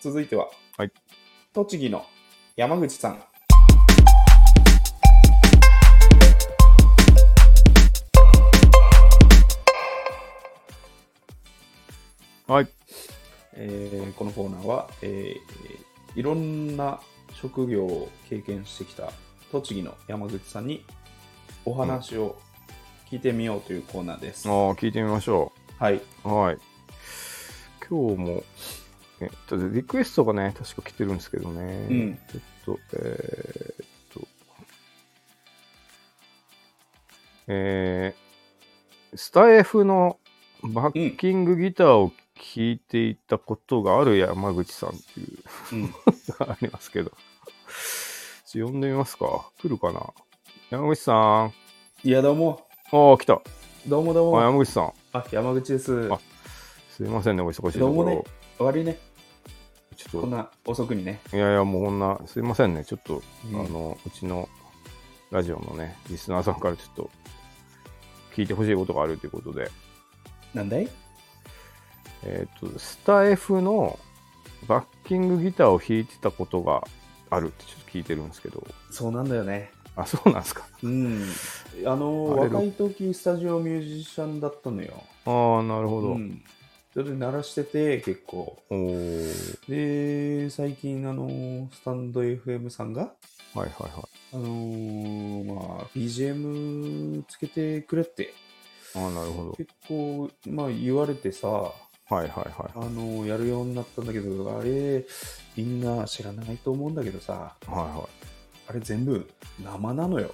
[SPEAKER 1] 続いては、
[SPEAKER 2] はい
[SPEAKER 1] 栃木の山口さん。
[SPEAKER 2] はい
[SPEAKER 1] えーこのコーナーは、えーいろんな職業を経験してきた栃木の山口さんにお話を聞いてみようというコーナーです。
[SPEAKER 2] あー聞いてみましょ
[SPEAKER 1] はい。
[SPEAKER 2] うはい今日もえっとリクエストがね確か来てるんですけどね、
[SPEAKER 1] うん
[SPEAKER 2] ちょっとえーっとえースタエフのバッキングギターを聴いていたことがある山口さんっていう
[SPEAKER 1] うん、
[SPEAKER 2] ありますけど。ちょっと呼んでみますか。来るかな。山口さん。あ
[SPEAKER 1] いや、どうも。
[SPEAKER 2] あ、来た。あ
[SPEAKER 1] どうもどうも。
[SPEAKER 2] 山口さん。
[SPEAKER 1] あ、山口です。
[SPEAKER 2] あすいませんね、お忙しいと
[SPEAKER 1] どう
[SPEAKER 2] こ
[SPEAKER 1] も
[SPEAKER 2] ろ。
[SPEAKER 1] ね。悪いね。
[SPEAKER 2] ちょ
[SPEAKER 1] こん
[SPEAKER 2] っ
[SPEAKER 1] な遅くにね。
[SPEAKER 2] と、いやいや、もうこんな、すいませんね。ちょっと、
[SPEAKER 1] うん
[SPEAKER 2] あの、うちのラジオのね、リスナーさんからちょっと、聞いてほしいことがあるということで、
[SPEAKER 1] なんだい
[SPEAKER 2] えっ、と、スタエフのバッキングギターを弾いてたことがあるってちょっと聞いてるんですけど、
[SPEAKER 1] そうなんだよね。
[SPEAKER 2] あ、そうなんですか。
[SPEAKER 1] うん。あの、
[SPEAKER 2] あれろ
[SPEAKER 1] 若い時、スタジオミュージシャンだったのよ。
[SPEAKER 2] ああ、なるほど。
[SPEAKER 1] うん。それで鳴らしてて、結構。
[SPEAKER 2] おー
[SPEAKER 1] で、最近、あの、スタンド FM さんが、
[SPEAKER 2] はいはいはい。
[SPEAKER 1] あのーまあ、BGM つけてくれって、
[SPEAKER 2] ああ、なるほど。
[SPEAKER 1] 結構、まあ、言われてさ、
[SPEAKER 2] はいはいはい
[SPEAKER 1] あのーやるようになったんだけど、あれ、みんな知らないと思うんだけどさ、
[SPEAKER 2] はいはい。
[SPEAKER 1] あれ全部生なのよ。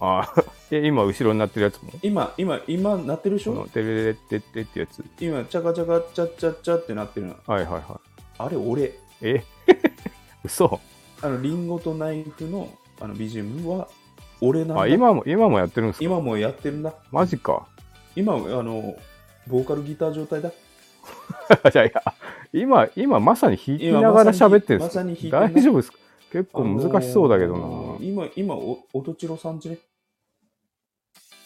[SPEAKER 2] あ あ、で今後ろになってるやつも。
[SPEAKER 1] 今、今、今、なってるでし
[SPEAKER 2] この
[SPEAKER 1] ょ
[SPEAKER 2] テレレテッテってやつ。
[SPEAKER 1] 今、チャカチャカ、チャッチャッチャってなってるの。
[SPEAKER 2] はいはいは
[SPEAKER 1] あれ、俺。
[SPEAKER 2] い。え 嘘
[SPEAKER 1] あの、リンゴとナイフのあの BGM は、俺なんだ。
[SPEAKER 2] あ、今も、今もやってるんですか
[SPEAKER 1] 今もやってるんだ。
[SPEAKER 2] マジか。
[SPEAKER 1] 今、あの、ボーカルギター状態だ。
[SPEAKER 2] いやいや、今、今まさに弾きながら喋ってるん
[SPEAKER 1] 今
[SPEAKER 2] ですか、
[SPEAKER 1] まさに弾いてる
[SPEAKER 2] 大丈夫ですか結構難しそうだけどな。
[SPEAKER 1] あのー今、今、お音千代さんちね。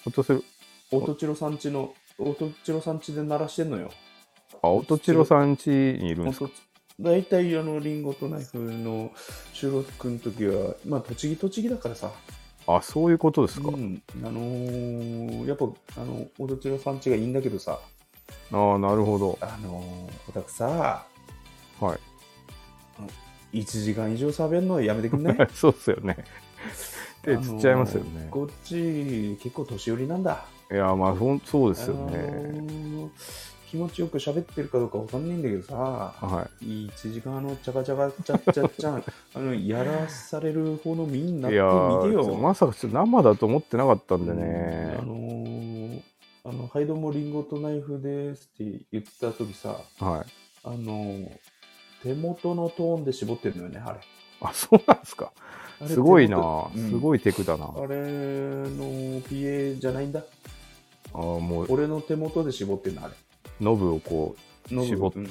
[SPEAKER 2] ほっとする。
[SPEAKER 1] 音千代さんちの、音千代さんちで鳴らしてんのよ。
[SPEAKER 2] あ、音千代さん家にいるんですか
[SPEAKER 1] 音大体、あの、リンゴとナイフの収録の時は、まあ、栃木栃木だからさ。
[SPEAKER 2] あ、そういうことですか、
[SPEAKER 1] うん。あのーやっぱ、あの、音千代さんちがいいんだけどさ、
[SPEAKER 2] ああ、なるほど。
[SPEAKER 1] あのー、おたくさ、
[SPEAKER 2] はい。
[SPEAKER 1] 1時間以上喋るのはやめてくん ない
[SPEAKER 2] そうっすよね。手ちっちゃいますよね。
[SPEAKER 1] あのこっち結構年寄りなんだ
[SPEAKER 2] いや、まあ、ほんそうですよ
[SPEAKER 1] あ
[SPEAKER 2] ね。
[SPEAKER 1] の気持ちよく喋ってるかどうかわかんないんだけどさ
[SPEAKER 2] はい。
[SPEAKER 1] 1時間あのチャカチャカチャッチャッ チャンあのやらされる方の身になってみ
[SPEAKER 2] い
[SPEAKER 1] て
[SPEAKER 2] やー
[SPEAKER 1] よ、
[SPEAKER 2] まさかちょっと生だと思ってなかったんで
[SPEAKER 1] うん
[SPEAKER 2] ね
[SPEAKER 1] あ。のーあのハイドもリンゴとナイフですって言った時さ
[SPEAKER 2] はい。
[SPEAKER 1] あのー手元のトーンで絞ってるのよねあれ
[SPEAKER 2] あ、そうなんですか。
[SPEAKER 1] あれ
[SPEAKER 2] すごいな
[SPEAKER 1] 手元。うん
[SPEAKER 2] すごいテクだな。あ
[SPEAKER 1] あれの PA じゃないんだ
[SPEAKER 2] あー、もう、
[SPEAKER 1] 俺の手元で絞ってんのあれ
[SPEAKER 2] ノブをこ
[SPEAKER 1] ノブ
[SPEAKER 2] 絞って
[SPEAKER 1] うんうん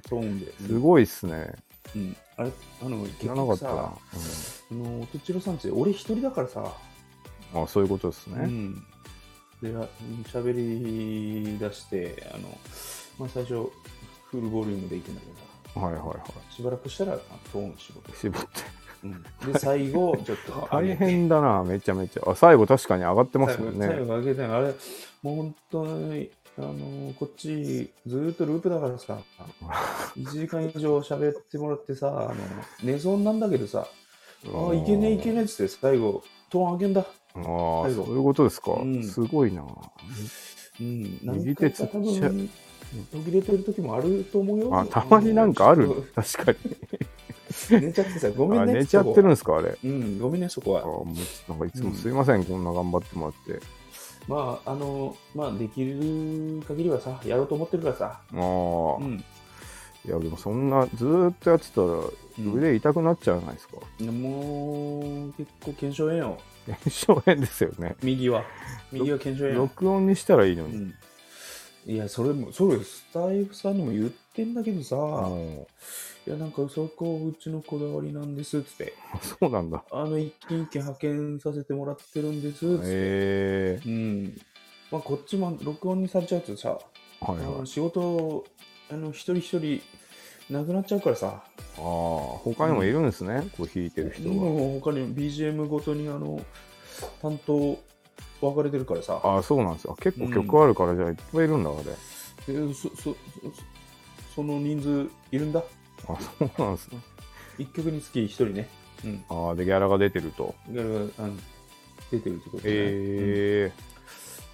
[SPEAKER 1] トーンで
[SPEAKER 2] う、すごいっすね。
[SPEAKER 1] うん、あれあの結
[SPEAKER 2] 知らなか
[SPEAKER 1] 局
[SPEAKER 2] ったな
[SPEAKER 1] さ。あの音千代さんち俺一人だからさ、
[SPEAKER 2] うんあそういうことです
[SPEAKER 1] う
[SPEAKER 2] ね。
[SPEAKER 1] ん、であ喋り出してあの、まあ、最初フルボリュームでいくんだけどさ
[SPEAKER 2] はいはいは
[SPEAKER 1] しばらくしたらあトーン絞って
[SPEAKER 2] い。、絞って。
[SPEAKER 1] うん、で最後ちょっ と
[SPEAKER 2] 大変だな、めちゃめちゃ。あ、最後確かに上がって
[SPEAKER 1] 上
[SPEAKER 2] ま
[SPEAKER 1] げ
[SPEAKER 2] す
[SPEAKER 1] て
[SPEAKER 2] もん
[SPEAKER 1] 最
[SPEAKER 2] ね。
[SPEAKER 1] 後上げてあれもう本当にあのこっちずーっとループだから さ1時間以上喋ってもらってさあの寝そうになんだけどさああ、いけねえいけねえっつって最後、トーン上げんだ。
[SPEAKER 2] あーあ
[SPEAKER 1] 最
[SPEAKER 2] ー、
[SPEAKER 1] 後
[SPEAKER 2] そういうことですか
[SPEAKER 1] うん。
[SPEAKER 2] すごいな。
[SPEAKER 1] うん。
[SPEAKER 2] 右手
[SPEAKER 1] 多
[SPEAKER 2] つっちゃ
[SPEAKER 1] 分途切れてる時もあると思うよ。
[SPEAKER 2] あ、たまになんかあ
[SPEAKER 1] う
[SPEAKER 2] る
[SPEAKER 1] ちょっ。
[SPEAKER 2] 確かに。
[SPEAKER 1] と寝ちゃってさ、ごめ
[SPEAKER 2] あ、
[SPEAKER 1] んね。
[SPEAKER 2] 寝ちゃってるんですか、あれ。
[SPEAKER 1] そこはうん、ごめんね、そこ
[SPEAKER 2] あー
[SPEAKER 1] は。
[SPEAKER 2] もうなんかいつもすいません、こんな頑張ってもらって。
[SPEAKER 1] まあ、あの、まあ、できる限りはさ、やろうと思ってるからさ。
[SPEAKER 2] ああ、
[SPEAKER 1] うん。
[SPEAKER 2] いやでもそんなずーっとやってたら
[SPEAKER 1] うん
[SPEAKER 2] 腕痛くなっちゃうじゃない ですか
[SPEAKER 1] もう結構検証炎よ
[SPEAKER 2] 炎症炎ですよね
[SPEAKER 1] 右は右は検証炎
[SPEAKER 2] 録音にしたらいいの
[SPEAKER 1] う
[SPEAKER 2] に、
[SPEAKER 1] んいやそれもそれスタイフさんにも言ってんだけどさ、
[SPEAKER 2] うん
[SPEAKER 1] いやなんかそこうちのこだわりなんですっつって
[SPEAKER 2] あそうなんだ
[SPEAKER 1] あの一軒一軒派遣させてもらってるんですっつって、
[SPEAKER 2] へえ
[SPEAKER 1] うんまあこっちも録音にされちゃうとさ、
[SPEAKER 2] はい
[SPEAKER 1] あ
[SPEAKER 2] はい
[SPEAKER 1] の仕事あの一人一人なくなっちゃうからさ
[SPEAKER 2] ああ他にもいるんですね、こう弾いてる人が、
[SPEAKER 1] もう他にも BGM ごとにあの担当分かれてるからさ
[SPEAKER 2] ああそうなんですよ結構曲あるからじゃあいっぱいいるんだあれ、
[SPEAKER 1] でそそそその人数いるんだ
[SPEAKER 2] あそうなんですね
[SPEAKER 1] 一曲につき一人ねうん
[SPEAKER 2] ああでギャラが出てると
[SPEAKER 1] いやいやあの出てるってことじゃないうん
[SPEAKER 2] え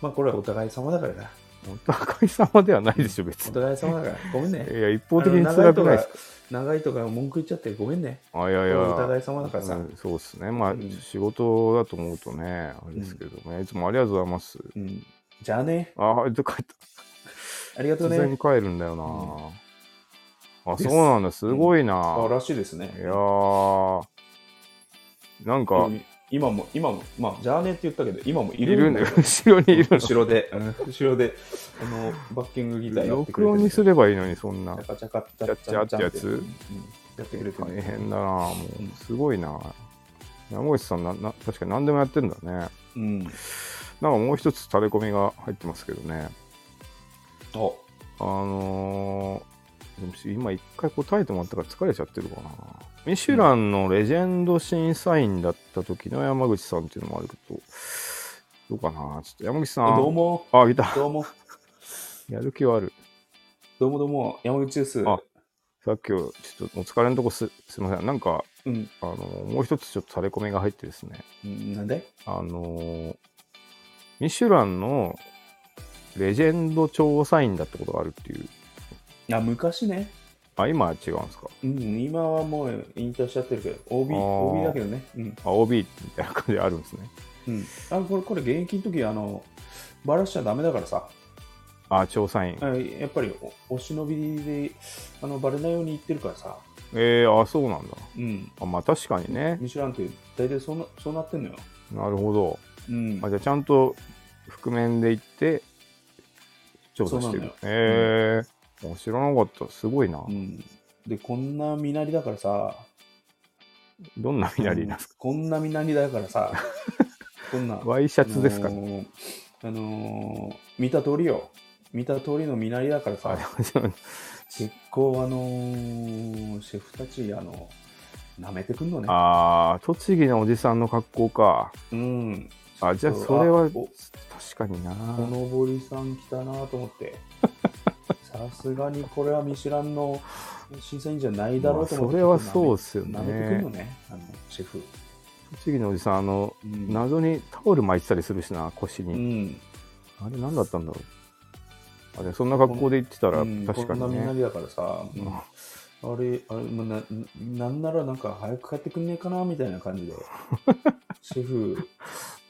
[SPEAKER 1] まあこれはお互い様だからな。
[SPEAKER 2] えー、お互い様ではないでしょ別
[SPEAKER 1] お
[SPEAKER 2] に
[SPEAKER 1] 互い様だから。ごめんね。
[SPEAKER 2] いや一方的に
[SPEAKER 1] あの長
[SPEAKER 2] 辛
[SPEAKER 1] いと
[SPEAKER 2] くないです
[SPEAKER 1] か、長いとか文句言っちゃってごめんね。
[SPEAKER 2] あいやいや
[SPEAKER 1] お互い様だからさ
[SPEAKER 2] うんそうですねまあ、
[SPEAKER 1] うん
[SPEAKER 2] 仕事だと思うとねあれですけどね、いつもありがとうございます
[SPEAKER 1] うん。じゃあね。
[SPEAKER 2] ああ帰った
[SPEAKER 1] ありがと
[SPEAKER 2] 突
[SPEAKER 1] う
[SPEAKER 2] 然
[SPEAKER 1] ね
[SPEAKER 2] に。帰るんだよな、あ
[SPEAKER 1] です
[SPEAKER 2] そうなんだすごいな、
[SPEAKER 1] あらしいですね
[SPEAKER 2] い。やーなんか
[SPEAKER 1] 今も、今も、まあ、じゃあねって言ったけど、今もい
[SPEAKER 2] い
[SPEAKER 1] る
[SPEAKER 2] るん
[SPEAKER 1] んだ
[SPEAKER 2] だ
[SPEAKER 1] よ
[SPEAKER 2] よ。後ろにいる
[SPEAKER 1] 後ろで、うん後ろで、あの、バッキングギター
[SPEAKER 2] の
[SPEAKER 1] やってくれて
[SPEAKER 2] 録
[SPEAKER 1] る。
[SPEAKER 2] 音にす
[SPEAKER 1] る。
[SPEAKER 2] ればいいのにそんな
[SPEAKER 1] チャカチャカチ
[SPEAKER 2] チャッチャってやつ
[SPEAKER 1] うんやってくれて
[SPEAKER 2] 大
[SPEAKER 1] る。
[SPEAKER 2] 変だなも
[SPEAKER 1] うん
[SPEAKER 2] うすごいな山口さんなな確かに何でもやってんだねなんか
[SPEAKER 1] うん。
[SPEAKER 2] もう一つタレコミが入ってますけどね
[SPEAKER 1] あ、
[SPEAKER 2] あのーでも今一回答えてもらったから疲れちゃってるかなミシュランのレジェンド審査員だった時の山口さんっていうのもあるけどどうかなちょっと山口さん
[SPEAKER 1] どうも、
[SPEAKER 2] あギター
[SPEAKER 1] どうも、
[SPEAKER 2] やる気はある
[SPEAKER 1] どうもどうも、山口です。
[SPEAKER 2] あさっきはちょっとお疲れのとこすすいませんなんか
[SPEAKER 1] うん。
[SPEAKER 2] あのもう一つちょっとタレコミが入ってですね
[SPEAKER 1] うんなんで
[SPEAKER 2] あのーミシュランのレジェンド調査員だったことがあるっていう。
[SPEAKER 1] あ、昔ね。
[SPEAKER 2] あ、今は違うんですか。
[SPEAKER 1] うん、今はもう引退しちゃってるけど、OB,
[SPEAKER 2] あー
[SPEAKER 1] OB だけどね。うん。
[SPEAKER 2] あ、OB みたいな感じであるんですね。
[SPEAKER 1] うん、あこれ、これ現役の時あの、バラしちゃダメだからさ、
[SPEAKER 2] あ、調査員。
[SPEAKER 1] あやっぱりおお忍びであのバレないように言ってるからさ、
[SPEAKER 2] えー、あ、そうなんだ。
[SPEAKER 1] うん。
[SPEAKER 2] あまあ確かにね。
[SPEAKER 1] ミシュランって大体そうなそうなってんのよ。
[SPEAKER 2] なるほど。
[SPEAKER 1] うん
[SPEAKER 2] あ、。じゃあちゃんと覆面で行って、調
[SPEAKER 1] そう
[SPEAKER 2] 査して
[SPEAKER 1] なの
[SPEAKER 2] る
[SPEAKER 1] よ。
[SPEAKER 2] えー、あ知らなかった。すごいな
[SPEAKER 1] う。ん、で、こんな身なりだからさ、
[SPEAKER 2] どんな身なりなんです
[SPEAKER 1] うんこんな身なりだから さ、こんな。
[SPEAKER 2] か。ワイシャツですか
[SPEAKER 1] あ
[SPEAKER 2] ね。
[SPEAKER 1] のーあのー見た通りよ。見た通りの身なりだからさ。結構あのーシェフたちあの舐めてくんのね
[SPEAKER 2] あー、栃木のおじさんの格好か。
[SPEAKER 1] うん
[SPEAKER 2] あ、じゃあ
[SPEAKER 1] そう
[SPEAKER 2] それは
[SPEAKER 1] あお
[SPEAKER 2] 確かにな。
[SPEAKER 1] このぼりさん来たなと思ってさ すがにこれは見知らんの審査員じゃないだろうと思って、
[SPEAKER 2] まあそれはそうっすよね
[SPEAKER 1] 舐めてくんのねあのシェフ、
[SPEAKER 2] 栃木のおじさんあの
[SPEAKER 1] うん
[SPEAKER 2] 謎にタオル巻いてたりするしな腰
[SPEAKER 1] う
[SPEAKER 2] に、
[SPEAKER 1] ん、
[SPEAKER 2] あれ何だったんだろうあれそんな格好で行ってたら
[SPEAKER 1] うん
[SPEAKER 2] 確か
[SPEAKER 1] こん
[SPEAKER 2] に
[SPEAKER 1] な身な
[SPEAKER 2] ね、
[SPEAKER 1] りだからさ、うん
[SPEAKER 2] うん
[SPEAKER 1] あれあれ、まあ、ななんならなんか早く帰ってくんねえかなみたいな感じ でシェフ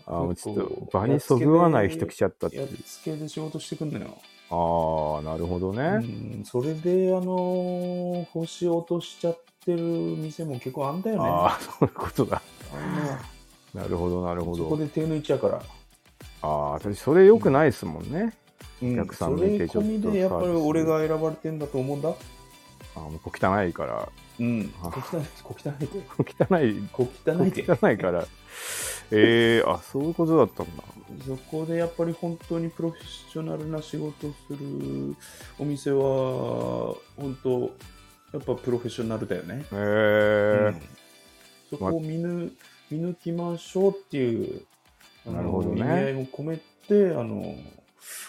[SPEAKER 2] あもうちょっ
[SPEAKER 1] 結
[SPEAKER 2] と
[SPEAKER 1] 構
[SPEAKER 2] 場にそぐわない人来ちゃったってい
[SPEAKER 1] や
[SPEAKER 2] う
[SPEAKER 1] っつけで仕事してくんのよ
[SPEAKER 2] ああなるほどね、
[SPEAKER 1] うん、それで、あのー星落としちゃってる店も結構あんだよね。
[SPEAKER 2] ああそういうことだ
[SPEAKER 1] あ
[SPEAKER 2] なるほどなる
[SPEAKER 1] の
[SPEAKER 2] ほ
[SPEAKER 1] そこ
[SPEAKER 2] ど
[SPEAKER 1] で手抜いちゃうから。
[SPEAKER 2] ああ私それ良くないですもんね、
[SPEAKER 1] うん、
[SPEAKER 2] お客さん
[SPEAKER 1] それ
[SPEAKER 2] 見てちょっと
[SPEAKER 1] 込みでやっぱり俺が選ばれてんだと思うんだ。
[SPEAKER 2] ああもう小汚いから
[SPEAKER 1] うん。
[SPEAKER 2] あ
[SPEAKER 1] 小汚い、小汚いで。
[SPEAKER 2] 小汚い
[SPEAKER 1] 小汚いで。
[SPEAKER 2] 小汚いからええあそういうことだったんだ
[SPEAKER 1] そこでやっぱり本当にプロフェッショナルな仕事をするお店は、本当、やっぱプロフェッショナルだよね。
[SPEAKER 2] ええ
[SPEAKER 1] うんそこを見ぬ見抜きましょうっていうあの
[SPEAKER 2] なるほどね
[SPEAKER 1] 意味合いも込めてあの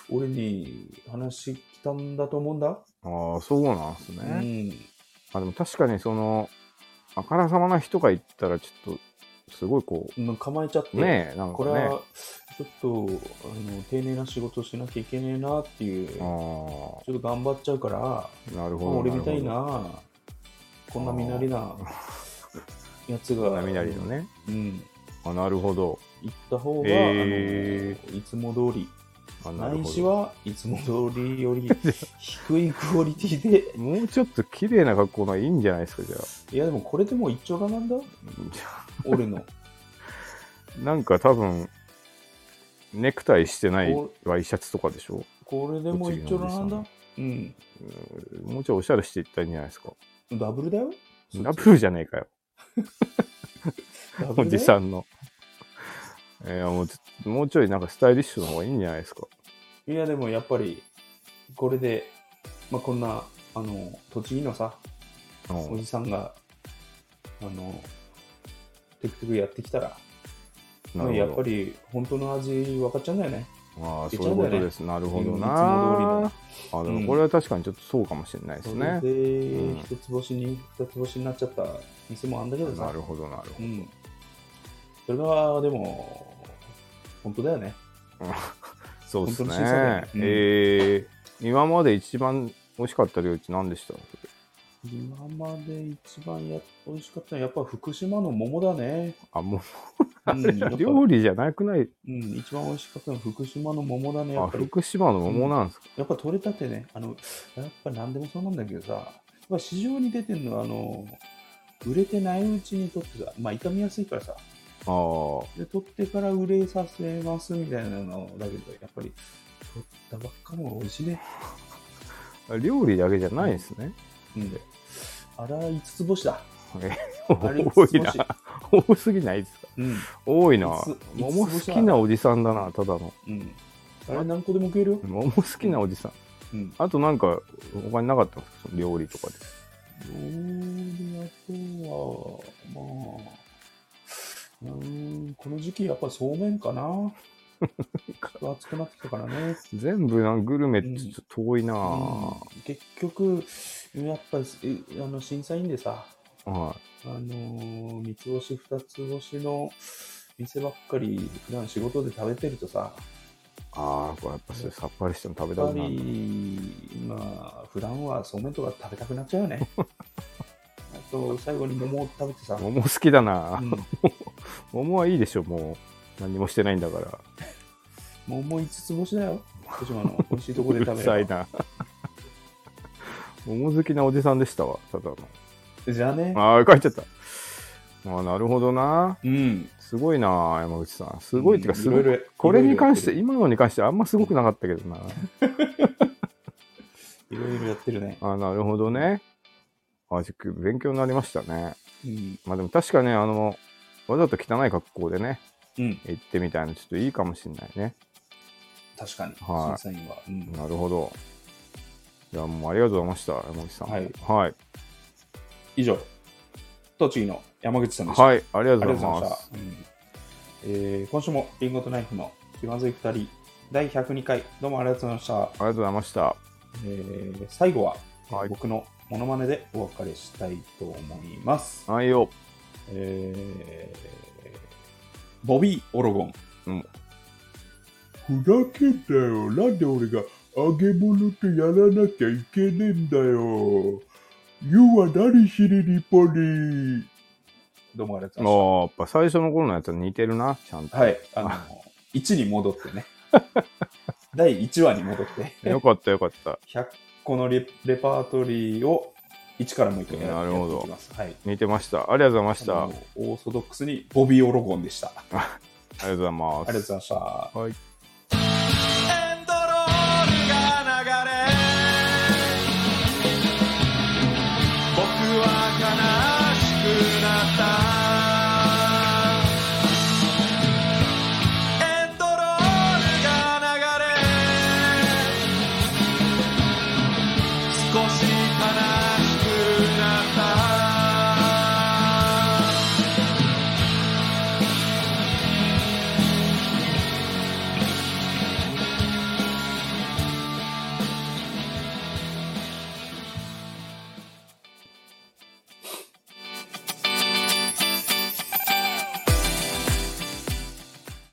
[SPEAKER 1] 俺に話来たんだと思うんだ、
[SPEAKER 2] ああそうなんですね、
[SPEAKER 1] うん
[SPEAKER 2] あでも確かにそのあからさまな人が言ったらちょっとすごいこ
[SPEAKER 1] まあ構えちゃって、
[SPEAKER 2] うねえなんか
[SPEAKER 1] これ
[SPEAKER 2] ね
[SPEAKER 1] はちょっとあの丁寧な仕事をしなきゃいけねえなっていうち
[SPEAKER 2] あ
[SPEAKER 1] ょっと頑張っちゃうから、
[SPEAKER 2] あな
[SPEAKER 1] ま
[SPEAKER 2] る
[SPEAKER 1] あ
[SPEAKER 2] ほど
[SPEAKER 1] 俺みたい
[SPEAKER 2] るほど
[SPEAKER 1] なこんな身なりなやつ
[SPEAKER 2] こん
[SPEAKER 1] が
[SPEAKER 2] なみなりのね
[SPEAKER 1] うん
[SPEAKER 2] あなるほど
[SPEAKER 1] 行った方が、
[SPEAKER 2] へえ
[SPEAKER 1] あのいつも通り
[SPEAKER 2] あなる
[SPEAKER 1] 内
[SPEAKER 2] ほ
[SPEAKER 1] 視
[SPEAKER 2] ど
[SPEAKER 1] はいつも通りより低いクオリティ で、
[SPEAKER 2] もうちょっと綺麗な格好のいいんじゃないですかじゃあ
[SPEAKER 1] いやでもこれでもう一丁羅なんだ、俺の。
[SPEAKER 2] なんか多分ネクタイしてない
[SPEAKER 1] お
[SPEAKER 2] ワイシャツとかでしょ
[SPEAKER 1] これ でもう一丁羅なん
[SPEAKER 2] 栃
[SPEAKER 1] だ。うん。
[SPEAKER 2] うんもうちょいおしゃれしていったらいいんじゃないですか
[SPEAKER 1] ダブルだよ。
[SPEAKER 2] ダブルじゃねえかよ
[SPEAKER 1] ダブル
[SPEAKER 2] お
[SPEAKER 1] だ
[SPEAKER 2] じ
[SPEAKER 1] よ
[SPEAKER 2] さんのいやもうちょもうちょいなんかスタイリッシュの方がいいんじゃないですか
[SPEAKER 1] いやでもやっぱりこれで、まあ、こんなあの栃木のさ
[SPEAKER 2] う
[SPEAKER 1] お
[SPEAKER 2] ん
[SPEAKER 1] じさんがあのテクテクやってきたら、まあ、やっぱり本当の味分かっちゃうんだよね
[SPEAKER 2] ああ
[SPEAKER 1] いけ
[SPEAKER 2] そ
[SPEAKER 1] ち
[SPEAKER 2] う
[SPEAKER 1] ゃ
[SPEAKER 2] いううん
[SPEAKER 1] だよ
[SPEAKER 2] こ
[SPEAKER 1] ね
[SPEAKER 2] とですなるほど
[SPEAKER 1] い
[SPEAKER 2] なあで
[SPEAKER 1] うん
[SPEAKER 2] もこれは確かにちょっとそうかもしれないですね
[SPEAKER 1] そ、れ
[SPEAKER 2] う
[SPEAKER 1] で
[SPEAKER 2] ん
[SPEAKER 1] 一つ星に二つ星になっちゃった店もあんだけどさ
[SPEAKER 2] なるほどなるほ
[SPEAKER 1] うん、それがでも本当だよね
[SPEAKER 2] どそうです
[SPEAKER 1] 本
[SPEAKER 2] ね
[SPEAKER 1] 当にそうだよねうん
[SPEAKER 2] えー、今まで一番美味しかった料理って何でした
[SPEAKER 1] 今まで一番や美味しかったのはやっぱ福島の桃だね、
[SPEAKER 2] あもう
[SPEAKER 1] う
[SPEAKER 2] あ
[SPEAKER 1] ん
[SPEAKER 2] れ
[SPEAKER 1] やっぱ
[SPEAKER 2] 料理じゃなくない
[SPEAKER 1] うん、一番美味しかったのは福島の桃だねや
[SPEAKER 2] あ
[SPEAKER 1] っぱり
[SPEAKER 2] 福島の桃なんですか、
[SPEAKER 1] やっぱ取れたてね、あのやっぱ何でもそうなんだけどさ、やっぱ市場に出てるのはあの、売れてないうちに取ってさ、まあ、傷みやすいからさ、
[SPEAKER 2] あ
[SPEAKER 1] で取ってから売れさせますみたいなのだけど、やっぱり取ったばっかの方が美味しいね。
[SPEAKER 2] あ料理だけじゃないんですね、
[SPEAKER 1] うん、あら、5つ星だ。あれ
[SPEAKER 2] 多いな多すぎないですか
[SPEAKER 1] うん。
[SPEAKER 2] 多いない
[SPEAKER 1] つ
[SPEAKER 2] 桃
[SPEAKER 1] いつ
[SPEAKER 2] 好
[SPEAKER 1] 星
[SPEAKER 2] きなおじさんだなただの
[SPEAKER 1] うん。あれ、何個でも食えるよ。
[SPEAKER 2] 桃好きなおじさん
[SPEAKER 1] うん。
[SPEAKER 2] あとなんか他になかったんですかその料理とかで
[SPEAKER 1] 料理あとは、まあ、うーん、この時期やっぱそうめんかな。ちょっと暑くなってきたからね。
[SPEAKER 2] 全部なんかグルメってちょっと遠いな、
[SPEAKER 1] うん結局、やっぱりえあの審査員でさ、
[SPEAKER 2] は
[SPEAKER 1] あのー三つ星、二つ星の店ばっかり、普段仕事で食べてるとさ、
[SPEAKER 2] い、ああこれやっぱそれさっぱりしても食べ
[SPEAKER 1] や
[SPEAKER 2] た
[SPEAKER 1] っぱ
[SPEAKER 2] くなる
[SPEAKER 1] り、まあ、普段はそうめんとか食べたくなっちゃうよね。あと、最後に桃を食べてさ、
[SPEAKER 2] 桃好きだな、
[SPEAKER 1] うん
[SPEAKER 2] 桃はいいでしょもう何もしてないんだから
[SPEAKER 1] 桃五つ星だよ、福島の美味しいとこ
[SPEAKER 2] う
[SPEAKER 1] で食
[SPEAKER 2] る
[SPEAKER 1] べ
[SPEAKER 2] さ
[SPEAKER 1] れ
[SPEAKER 2] い
[SPEAKER 1] ば
[SPEAKER 2] な 桃好きなおじさんでしたわただの
[SPEAKER 1] じゃあね、
[SPEAKER 2] ああ書いちゃったああなるほどな
[SPEAKER 1] うん、
[SPEAKER 2] すごいな山口さんすごいっていうかすごい
[SPEAKER 1] ろろ
[SPEAKER 2] これに関して
[SPEAKER 1] い
[SPEAKER 2] 今のに関してあんますごくなかったけどな
[SPEAKER 1] ろいろやってるね。
[SPEAKER 2] あなるほどねあちょっと勉強になりましたね
[SPEAKER 1] うん、
[SPEAKER 2] まあでも確かねあのわざと汚い格好でね
[SPEAKER 1] うん、
[SPEAKER 2] 行ってみたいのちょっといいかもしれないね
[SPEAKER 1] 確かに、
[SPEAKER 2] はい
[SPEAKER 1] 審査員は。うん
[SPEAKER 2] なるほどいやもうありがとうございました山口さん
[SPEAKER 1] はい、
[SPEAKER 2] はい
[SPEAKER 1] 以上、栃木の山口さんでした。
[SPEAKER 2] はい、ありが
[SPEAKER 1] あ
[SPEAKER 2] と
[SPEAKER 1] りがとう
[SPEAKER 2] うござい
[SPEAKER 1] ございま
[SPEAKER 2] ま
[SPEAKER 1] し
[SPEAKER 2] す。
[SPEAKER 1] た。うんえー今週もリンゴとナイフの気まずい2人、第102回、どうもありがとうございまし
[SPEAKER 2] ありがとうございました。
[SPEAKER 1] た。えー最後は、えー
[SPEAKER 2] はい
[SPEAKER 1] 僕のモノマネでお別れしたいと思います。
[SPEAKER 2] はいよ。
[SPEAKER 1] えーボビー・オロゴン。
[SPEAKER 2] うん
[SPEAKER 1] ふざけたよ。なんで俺が揚げ物ってやらなきゃいけねえんだよ。You は何しに日本にどうもありがとうございました。
[SPEAKER 2] もう、やっぱ最初の頃のやつは似てるな、ちゃんと。
[SPEAKER 1] はい、あの、1に戻って ね。第1話に戻って、
[SPEAKER 2] よかったよかった。
[SPEAKER 1] 100個のレレパートリーを1からもう一回や
[SPEAKER 2] なるほど
[SPEAKER 1] やっていきます。はい。
[SPEAKER 2] 似てました。ありがとうございまし
[SPEAKER 1] あ
[SPEAKER 2] た。あ
[SPEAKER 1] のオーソドックスにボビー・オロゴンでした。あり
[SPEAKER 2] りがとうございます。
[SPEAKER 1] がとうございました。
[SPEAKER 2] はい。